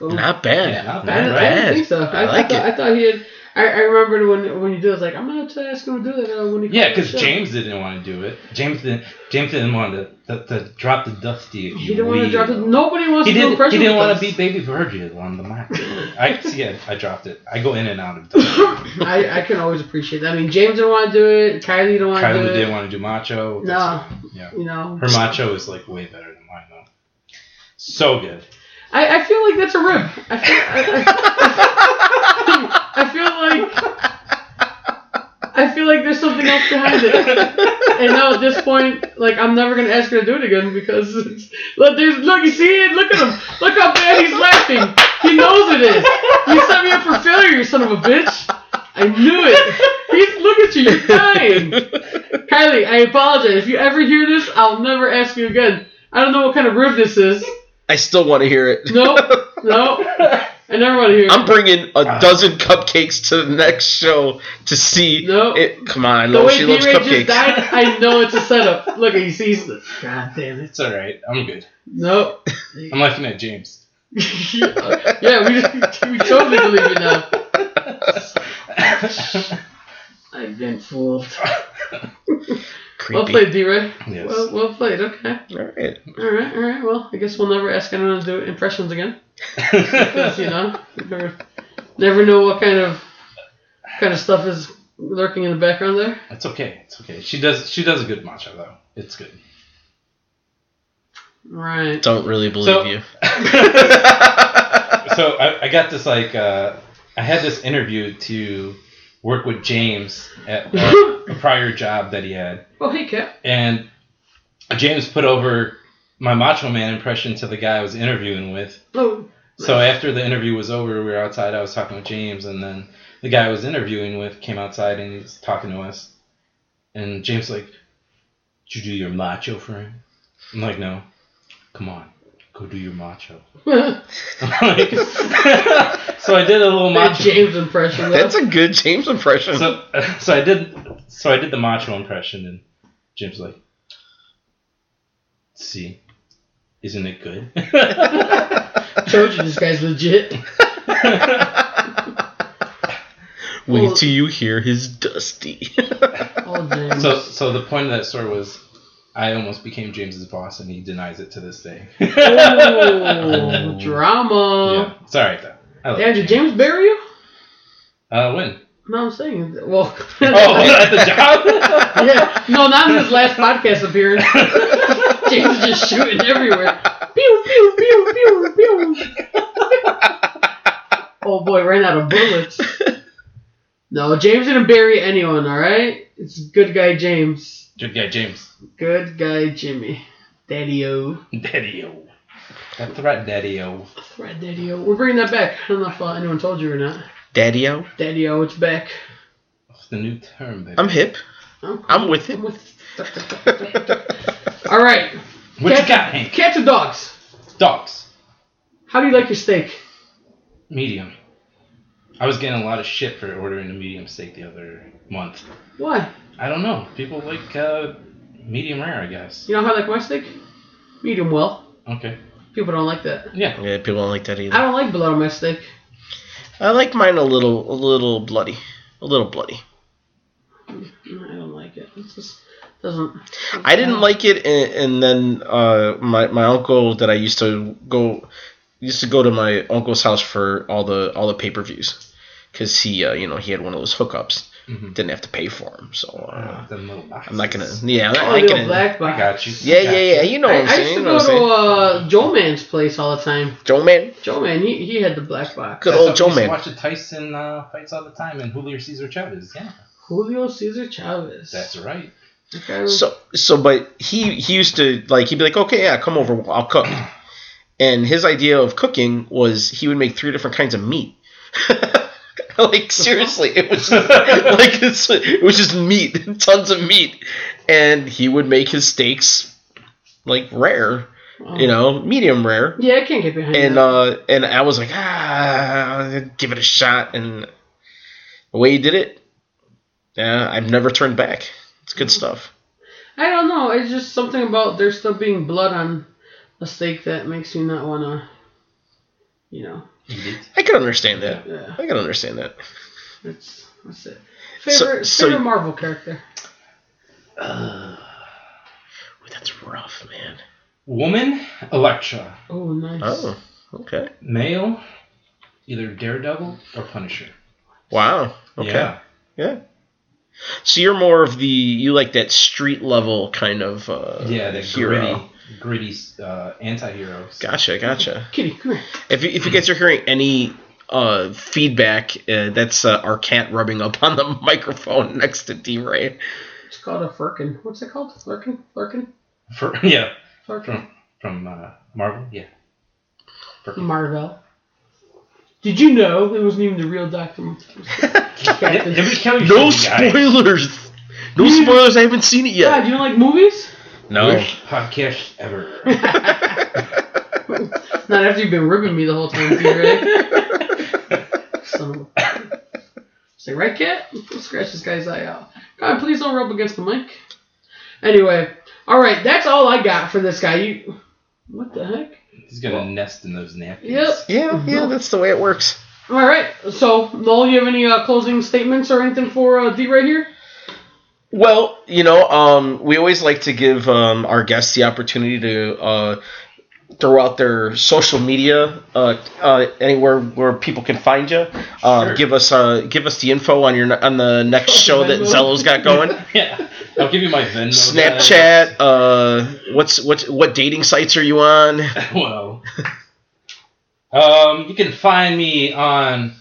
S2: Oh.
S4: Not bad.
S3: Yeah, not
S2: I,
S3: bad,
S2: I
S3: right?
S2: didn't think so. I,
S4: I like
S2: I thought,
S4: it.
S2: I thought he had. I, I remembered when when you did. I was like, I'm gonna try- ask him to do that uh, when he.
S3: Yeah,
S2: comes on
S3: because
S2: the show.
S3: James didn't want to do it. James didn't. James didn't want to, to, to drop the dusty. If
S2: He
S3: you
S2: didn't want to
S3: will.
S2: drop it. Nobody wants to do
S3: He didn't. He
S2: impression
S3: didn't
S2: with
S3: want
S2: us.
S3: to beat Baby Virgil on the
S2: <laughs>
S3: mic. I see. Yeah, I dropped it. I go in and out of.
S2: Oh <laughs>
S3: Dusty.
S2: I, I can always appreciate that. I mean, James didn't want to do it. Kylie didn't want to
S3: Kylie
S2: do it.
S3: didn't want to do Macho. That's-
S2: no,
S3: Yeah.
S2: you know.
S3: Her Macho is like way better than mine though. So good.
S2: I, I feel like that's a rib. I feel, I, I, I feel like I feel like there's something else behind it. And now at this point, like I'm never gonna ask her to do it again because it's, look, there's look, you see it? Look at him. Look how bad he's laughing. He knows it is. You set me up for failure, you son of a bitch. I knew it. He's look at you. You're dying. Kylie, I apologize. If you ever hear this, I'll never ask you again. I don't know what kind of rib this is.
S4: <laughs> I still want to hear it.
S2: Nope. <laughs> Nope. I never want to hear.
S4: I'm
S2: it.
S4: bringing a dozen cupcakes to the next show to see.
S2: No.
S4: It, come on,
S2: the
S4: Lil,
S2: way
S4: she loves
S2: D-Ray
S4: cupcakes.
S2: just died, I know it's a setup. Look, he sees the. God damn it.
S3: It's all right. I'm good.
S2: <laughs> Nope.
S3: I'm laughing at James. <laughs>
S2: yeah, we, we totally believe it now. I've been fooled. Well
S4: Creepy.
S2: played, D-Ray.
S3: Yes.
S2: Well,
S3: <laughs>
S2: <laughs> well played. Okay.
S4: All right.
S2: All right. All right. Well, I guess we'll never ask anyone to do impressions again. Because you know, you never, never know what kind of kind of stuff is lurking in the background there.
S3: it's okay. It's okay. She does. She does a good Macho though. It's good.
S2: Right.
S4: Don't really believe
S3: So-
S4: you.
S3: so I, I got this like uh, I had this interview to work with James at uh, a prior job that he had,
S2: Oh, hey, Cap.
S3: and James put over my Macho Man impression to the guy I was interviewing with.
S2: Oh,
S3: So after the interview was over, we were outside. I was talking with James, and then the guy I was interviewing with came outside and he's talking to us. And James like, "Did you do your macho for him?" I'm like, "No." Come on, go do your macho.
S2: Oh, <laughs>
S3: <laughs> I'm like- so I did a little
S2: my
S3: macho.
S2: James impression. though.
S4: That's a good James impression.
S3: So <laughs> so I did so I did the macho impression, and James was like, "See, isn't it good?" <laughs>
S2: Told you this guy's legit.
S4: <laughs> Wait till you hear his dusty.
S2: Oh, James.
S3: So, so the point of that story was, I almost became James's boss, and he denies it to this day. <laughs>
S2: oh, drama.
S3: yeah, sorry though. I love
S2: Yeah. did James bury you?
S3: Uh,
S2: <laughs>
S3: when?
S2: No, I'm saying. Well,
S3: Oh, at the job.
S2: <laughs> yeah. No, not in his last podcast appearance. James is just shooting everywhere. Pew, pew, pew, pew, pew. oh boy, ran out of bullets. No, James didn't bury anyone, alright? It's good guy James.
S3: Good guy, James.
S2: Good guy Jimmy. Daddy O.
S3: Daddy-o. That threat, Daddy-o.
S2: That's right, Daddy O. We're bringing that back. I don't know if uh, anyone told you or not.
S4: daddy
S2: Daddy O, it's back.
S3: What's the new term, baby?
S4: I'm hip.
S2: I'm,
S4: I'm with it.
S2: I'm with. Alright,
S3: What you
S2: Cat-
S3: got, Hank?
S2: cats and dogs.
S3: Dogs.
S2: How do you like your steak?
S3: Medium. I was getting a lot of shit for ordering a medium steak the other month.
S2: Why?
S3: I don't know. People like uh, medium rare, I guess.
S2: You know how I like my steak? Medium well.
S3: Okay.
S2: People don't like that.
S3: Yeah.
S4: <laughs> Yeah, people don't like that
S2: I
S4: either.
S2: don't like blood on my steak.
S4: I like mine a little, a little bloody, a little bloody.
S2: No, I don't like it. It just doesn't.
S4: I didn't like it, and, and then uh, my my uncle that I used to go used to go to my uncle's house for all the all the pay per views, because he uh, you know he had one of those hookups,
S3: Mhm.
S4: didn't have to pay for them, so uh,
S3: Them little
S4: I'm not gonna
S3: boxes.
S4: yeah I'm not
S2: Oh,
S4: liking
S2: little
S4: it.
S2: black box.
S3: I got you.
S4: Yeah,
S3: Got
S4: yeah, yeah. You know
S2: I,
S4: what I'm
S2: I
S4: saying.
S2: used
S4: You
S2: to
S4: know what
S2: go
S4: I'm
S2: to
S4: saying.
S2: uh, Joe Man's place all the time.
S4: Joe Man,
S2: Joe Man, he, he had the black box.
S4: Good.
S3: That's
S4: old
S3: how
S4: Joe
S3: we used to
S4: Man.
S3: Watch the Tyson uh, fights all the time, and Julio Cesar Chavez. Yeah,
S2: Julio Cesar Chavez.
S3: that's right.
S2: That guy was-
S4: So so but he he used to like he'd be like, "Okay, yeah, come over, I'll cook." And his idea of cooking was he would make three different kinds of meat. <laughs> like seriously, it was just, like it's, it was just meat, <laughs> tons of meat. And he would make his steaks like rare, you know, medium rare.
S2: um, Yeah, I can't get behind
S4: And
S2: that.
S4: uh and I was like, "Ah, give it a shot." And the way he did it, yeah, I've never turned back. It's good stuff.
S2: I don't know. It's just something about there still being blood on a steak that makes me not wanna, you know.
S3: Eat
S4: I can understand that.
S2: Yeah,
S4: I can understand that.
S2: that's that's it.
S4: So-
S2: Favorite
S4: so-
S2: favorite Marvel character.
S4: Ooh, that's rough, man.
S3: Woman, Electra.
S2: Oh, nice.
S4: Oh, okay.
S3: Male, either Daredevil or Punisher.
S4: Wow. Okay. Yeah.
S3: Yeah.
S4: So you're more of the you like that street level kind of uh,
S3: Yeah, the
S4: hero.
S3: gritty, gritty uh, anti-hero.
S4: Gotcha, gotcha.
S2: Kitty, come here.
S4: If you, if you guys are hearing any uh, feedback, uh, that's uh, our cat rubbing up on the <laughs> microphone next to D Ray.
S2: It's called a firkin. What's it called? Lurkin? Lurkin?
S3: For, <laughs> yeah,
S2: Lurkin.
S3: from uh, Marvel. Yeah.
S2: Marvel. Did you know it wasn't even the real Doctor?
S3: Did, did we kill you?
S4: No
S3: guys?
S4: spoilers. No spoilers. I haven't seen it
S2: God,
S4: yet.
S2: you don't like movies?
S4: No.
S3: Worst podcast <laughs> ever.
S2: Not after you've been ribbing me the whole time, too, right?
S4: <laughs>
S2: Son of a... Say, right, cat? Let's scratch this guy's eye out. God, please don't rub against the mic. Anyway, all right, that's all I got for this guy. You, what the heck?
S3: He's gonna nest in those napkins.
S2: Yep.
S4: Yeah, yeah. That's the way it works.
S2: All right. So, Noel, you have any uh, closing statements or anything for uh, D right here?
S4: Well, you know, um, we always like to give um, our guests the opportunity to uh, throw out their social media, uh, uh, anywhere where people can find you. Um,
S3: Sure.
S4: Give us uh, give us the info on your on the next show that
S2: Venmo.
S4: Zello's got
S3: <laughs>
S4: going.
S3: <laughs> Yeah. I'll give you my Venmo. guys.
S4: Snapchat. Uh, what's what's what dating sites are you on?
S3: <laughs> well, um, you can find me on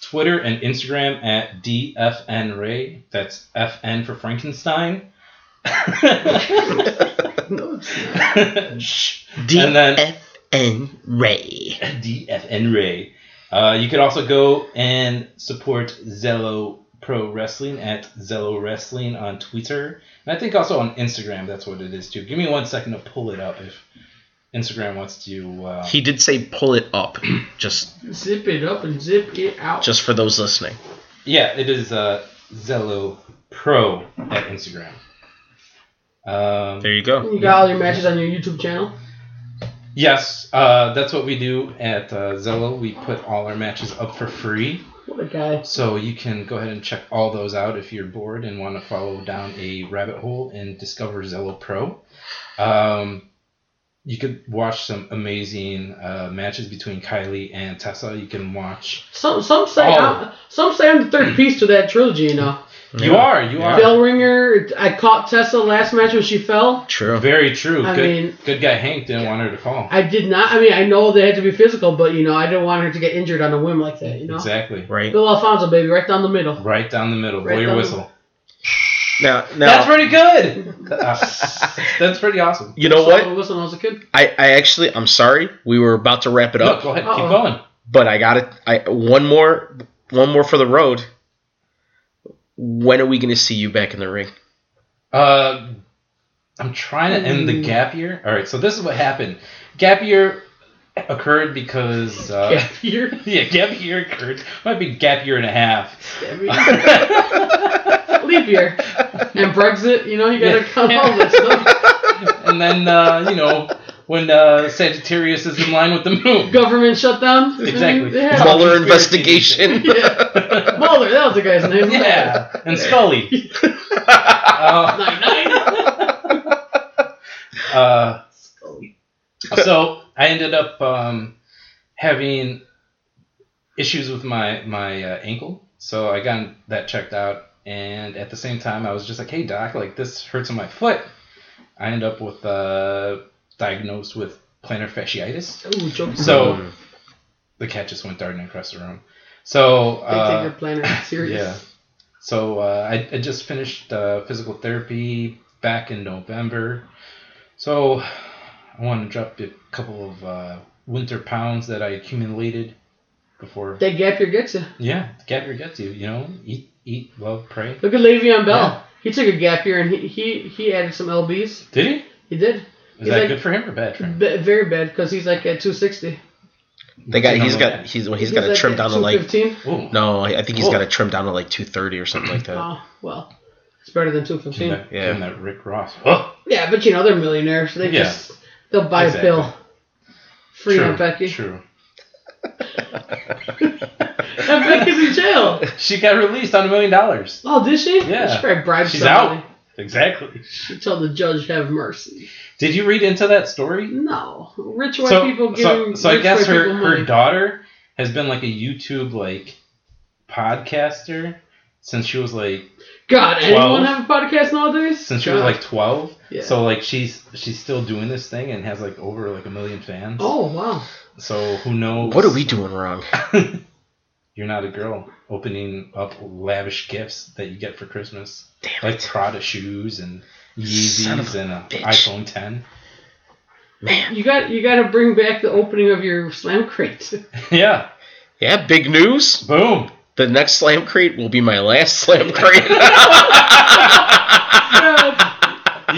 S3: Twitter and Instagram at <laughs> dfnray. That's FN for Frankenstein.
S2: No, it's not.
S3: Shh. And then-
S4: DFN Ray.
S3: DFN Ray. Uh, you could also go and support Zello Pro Wrestling at Zello Wrestling on Twitter. And I think also on Instagram, that's what it is too. Give me one second to pull it up if Instagram wants to. Uh,
S4: He did say pull it up, just
S2: Zip it up and zip it out.
S4: just for those listening.
S3: yeah, it is uh, Zello Pro at Instagram. Um,
S4: There you go.
S2: you got all your matches on your YouTube channel.
S3: yes, uh, that's what we do at uh, Zello. We put all our matches up for free.
S2: What a guy.
S3: So you can go ahead and check all those out if you're bored and want to follow down a rabbit hole and discover Zello Pro. Um, you could watch some amazing uh, matches between Kylie and Tessa. You can watch.
S2: Some some say
S3: Oh.
S2: I'm, some say I'm the third piece to that trilogy. You know,
S3: You are, you are.
S2: Bell Ringer. I caught Tessa last match when she fell.
S4: True.
S3: Very true.
S2: I
S3: good,
S2: mean-
S3: good guy Hank didn't want her to fall.
S2: I did not. I mean, I know they had to be physical, but you know, I didn't want her to get injured on a whim like that. You know,
S3: Exactly.
S4: Right
S2: Bill Alfonso, baby, right down the middle.
S3: Right down the middle.
S2: Right
S3: Blow your
S2: down the-
S3: whistle.
S4: now, now
S3: That's
S2: <laughs>
S3: pretty good. That's pretty awesome.
S4: you know
S2: So
S4: what?
S2: I was when I was a kid.
S4: I, I actually I'm sorry we were about to wrap it
S3: No,
S4: up,
S3: go ahead. Keep
S2: Uh-oh.
S3: going.
S4: but I got it. I one more one more for the road. When are we going to see you back in the ring?
S3: Uh, I'm trying to end the
S2: Mm.
S3: gap year. All right, so this is what happened. Gap year occurred because uh,
S2: Yeah, <laughs> here.
S3: <laughs> yeah, gap year occurred. Might be gap year and a half.
S2: Leap year and Brexit. You know, you gotta
S3: Yeah.
S2: count all that stuff.
S3: and then uh, you know when uh, Sagittarius is in line with the
S2: <laughs>
S3: moon.
S2: Government shutdown.
S3: Exactly.
S2: Yeah.
S3: <laughs> Mueller
S4: Mueller
S3: conspiracy.
S4: investigation.
S2: yeah. Mueller, that was the guy's name.
S3: yeah, and Scully. Uh,
S2: Nine nine.
S3: Uh, so I ended up um, having issues with my my uh, ankle, so I got that checked out. And at the same time, I was just like, "Hey doc, like this hurts on my foot." I end up with uh, diagnosed with plantar fasciitis.
S2: Ooh, joke.
S3: So the cat just went darting across the room.
S2: They
S3: So
S2: take
S3: uh,
S2: your planner serious.
S3: yeah. So uh, I, I just finished uh, physical therapy back in November. So I want to drop a couple of uh, winter pounds that I accumulated before.
S2: That gap year gets you.
S3: yeah, gap year gets you. You know, eat, eat, love, pray.
S2: Look at Le'Veon Bell.
S3: Yeah.
S2: He took a gap year and he, he, he added some lbs.
S3: Did he?
S2: He did.
S3: Is
S2: He's
S3: that
S2: like-
S3: good for him or bad for him?
S2: B- very bad because he's like at 260.
S4: They got
S3: <laughs>
S4: he's got he's well, he's got to
S2: like
S4: trim
S2: at
S4: down to like
S2: 215.
S3: Oh, no.
S4: no I I think he's
S3: Whoa.
S4: got to trim down to like two thirty or something like that.
S2: Oh, well, it's better than 215.
S3: That,
S4: Yeah.
S3: and that Rick Ross. Oh,
S2: Yeah, but you know, they're millionaires. They
S3: Yeah.
S2: just, they'll buy
S3: Exactly.
S2: a pill. Free
S3: true,
S2: Aunt Becky.
S3: True.
S2: Aunt Becky's in jail.
S3: <laughs> She got released on a million dollars.
S2: Oh, did she?
S3: Yeah.
S2: She probably bribed
S3: She's
S2: somebody.
S3: out. Exactly.
S2: She told the judge, have mercy.
S3: Did you read into that story?
S2: No. Rich white
S3: so,
S2: people
S3: so,
S2: giving
S3: so I
S2: rich
S3: guess
S2: white
S3: her,
S2: people
S3: her
S2: money.
S3: daughter has been like a YouTube like podcaster since she was like
S2: God, anyone
S3: 12.
S2: have a podcast nowadays?
S3: since she was
S2: God.
S3: like 12
S2: Yeah.
S3: so like she's she's still doing this thing and has like over like a million fans
S2: Oh wow!
S3: so who knows
S4: What are we doing wrong?
S3: you're not a girl opening up lavish gifts that you get for christmas
S4: Damn
S3: like
S4: it,
S3: prada shoes and
S4: Son of
S3: yeezys
S4: a
S3: and a
S4: bitch.
S3: iphone 10
S4: man!
S2: You got you got to bring back the opening of your slam crate.
S3: <laughs>
S2: <laughs>
S3: yeah
S4: Yeah, big news.
S3: boom
S4: The next slam crate will be my last slam crate.
S3: you
S4: <laughs>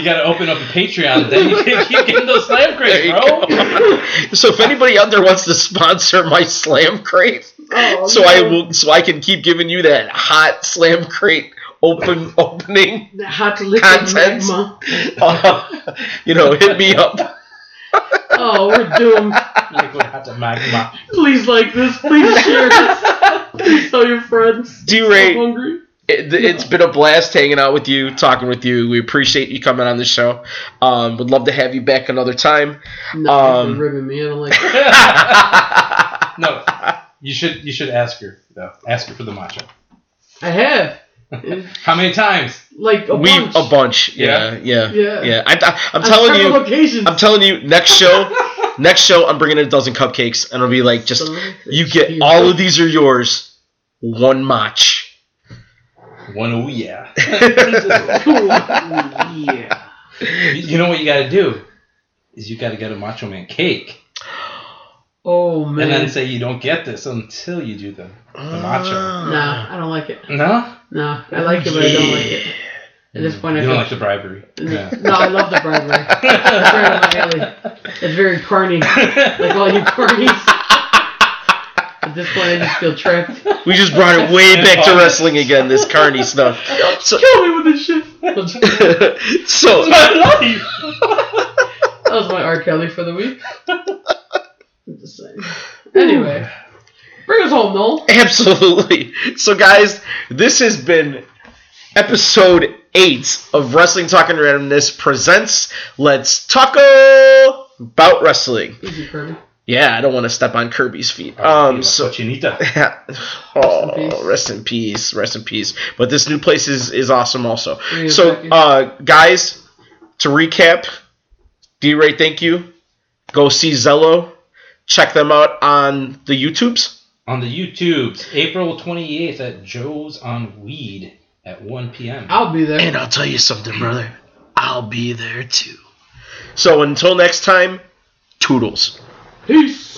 S3: gotta open up a patreon then you can
S4: <laughs>
S3: keep getting those slam crates
S4: There you
S3: bro
S4: go. <laughs> so if anybody out there wants to sponsor my slam crate,
S2: oh,
S4: so I will, so I can keep giving you that hot slam crate open <laughs> opening.
S2: The hot liquid
S4: Content.
S2: magma.
S4: Uh, you know, hit me up.
S2: Oh, we're
S4: <laughs>
S2: doomed.
S3: Liquid hot dog magma.
S2: Please like this. Please share
S4: <laughs>
S2: this. Please tell your friends. I'm
S4: D-Ray,
S2: hungry.
S4: it, it's been a blast hanging out with you, talking with you. We appreciate you coming on the show. Um, would love to have you back another time. <laughs>
S2: No,
S4: Um,
S2: um, ribbing me. I don't like. It.
S3: No, you should you should ask her though. Ask her for the matcha.
S2: I have It's
S3: How many times?
S2: like a
S4: we
S2: bunch.
S4: a bunch. Yeah, yeah,
S2: Yeah.
S4: yeah. I, I, I'm
S2: On
S4: telling
S2: several
S4: you.
S2: occasions.
S4: I'm telling you, next show, next show, I'm bringing in a dozen cupcakes, and it'll be like, just you get all of these are yours, one match.
S2: <laughs>
S3: One oh yeah.
S2: Cool. yeah.
S3: You know what you gotta do is you gotta get a Macho Man cake,
S2: Oh man.
S3: and then say you don't get this until you do the, the
S2: Ah.
S3: macho.
S2: nah, I don't like it.
S3: No,
S2: Nah, I like it, but I don't like it. At this point, I
S3: you
S2: feel
S3: don't like
S2: <laughs>
S3: the bribery. Yeah.
S2: No, I love the Broadway. It's very, my alley. it's very corny. Like all you cornies. At this point, I just feel trapped.
S4: <laughs> We just brought it way back to wrestling again. This carny stuff. So, <laughs>
S2: Kill me with this shit. That
S4: so
S2: was my R. Kelly for the week. I'm just saying. Anyway, bring us home, Noel.
S4: absolutely. So guys, this has been episode eight of Wrestling Talking Randomness presents Let's Talk About Wrestling.
S2: Easy, Kirby.
S4: Yeah, I don't want to step on Kirby's feet.
S3: Yeah,
S4: Um, so
S3: cochinita.
S4: oh,
S2: in peace.
S4: rest in peace, rest in peace. But this new place is is awesome, also.
S2: Yeah,
S4: so,
S2: thank you.
S4: uh, guys, to recap, D Ray, thank you. Go see Zello. Check them out on the YouTubes.
S3: on the YouTubes, April 28th at Joe's on Weed at 1 p.m.
S2: I'll be there.
S4: And I'll tell you something, brother. I'll be there too. So until next time, toodles.
S2: Peace.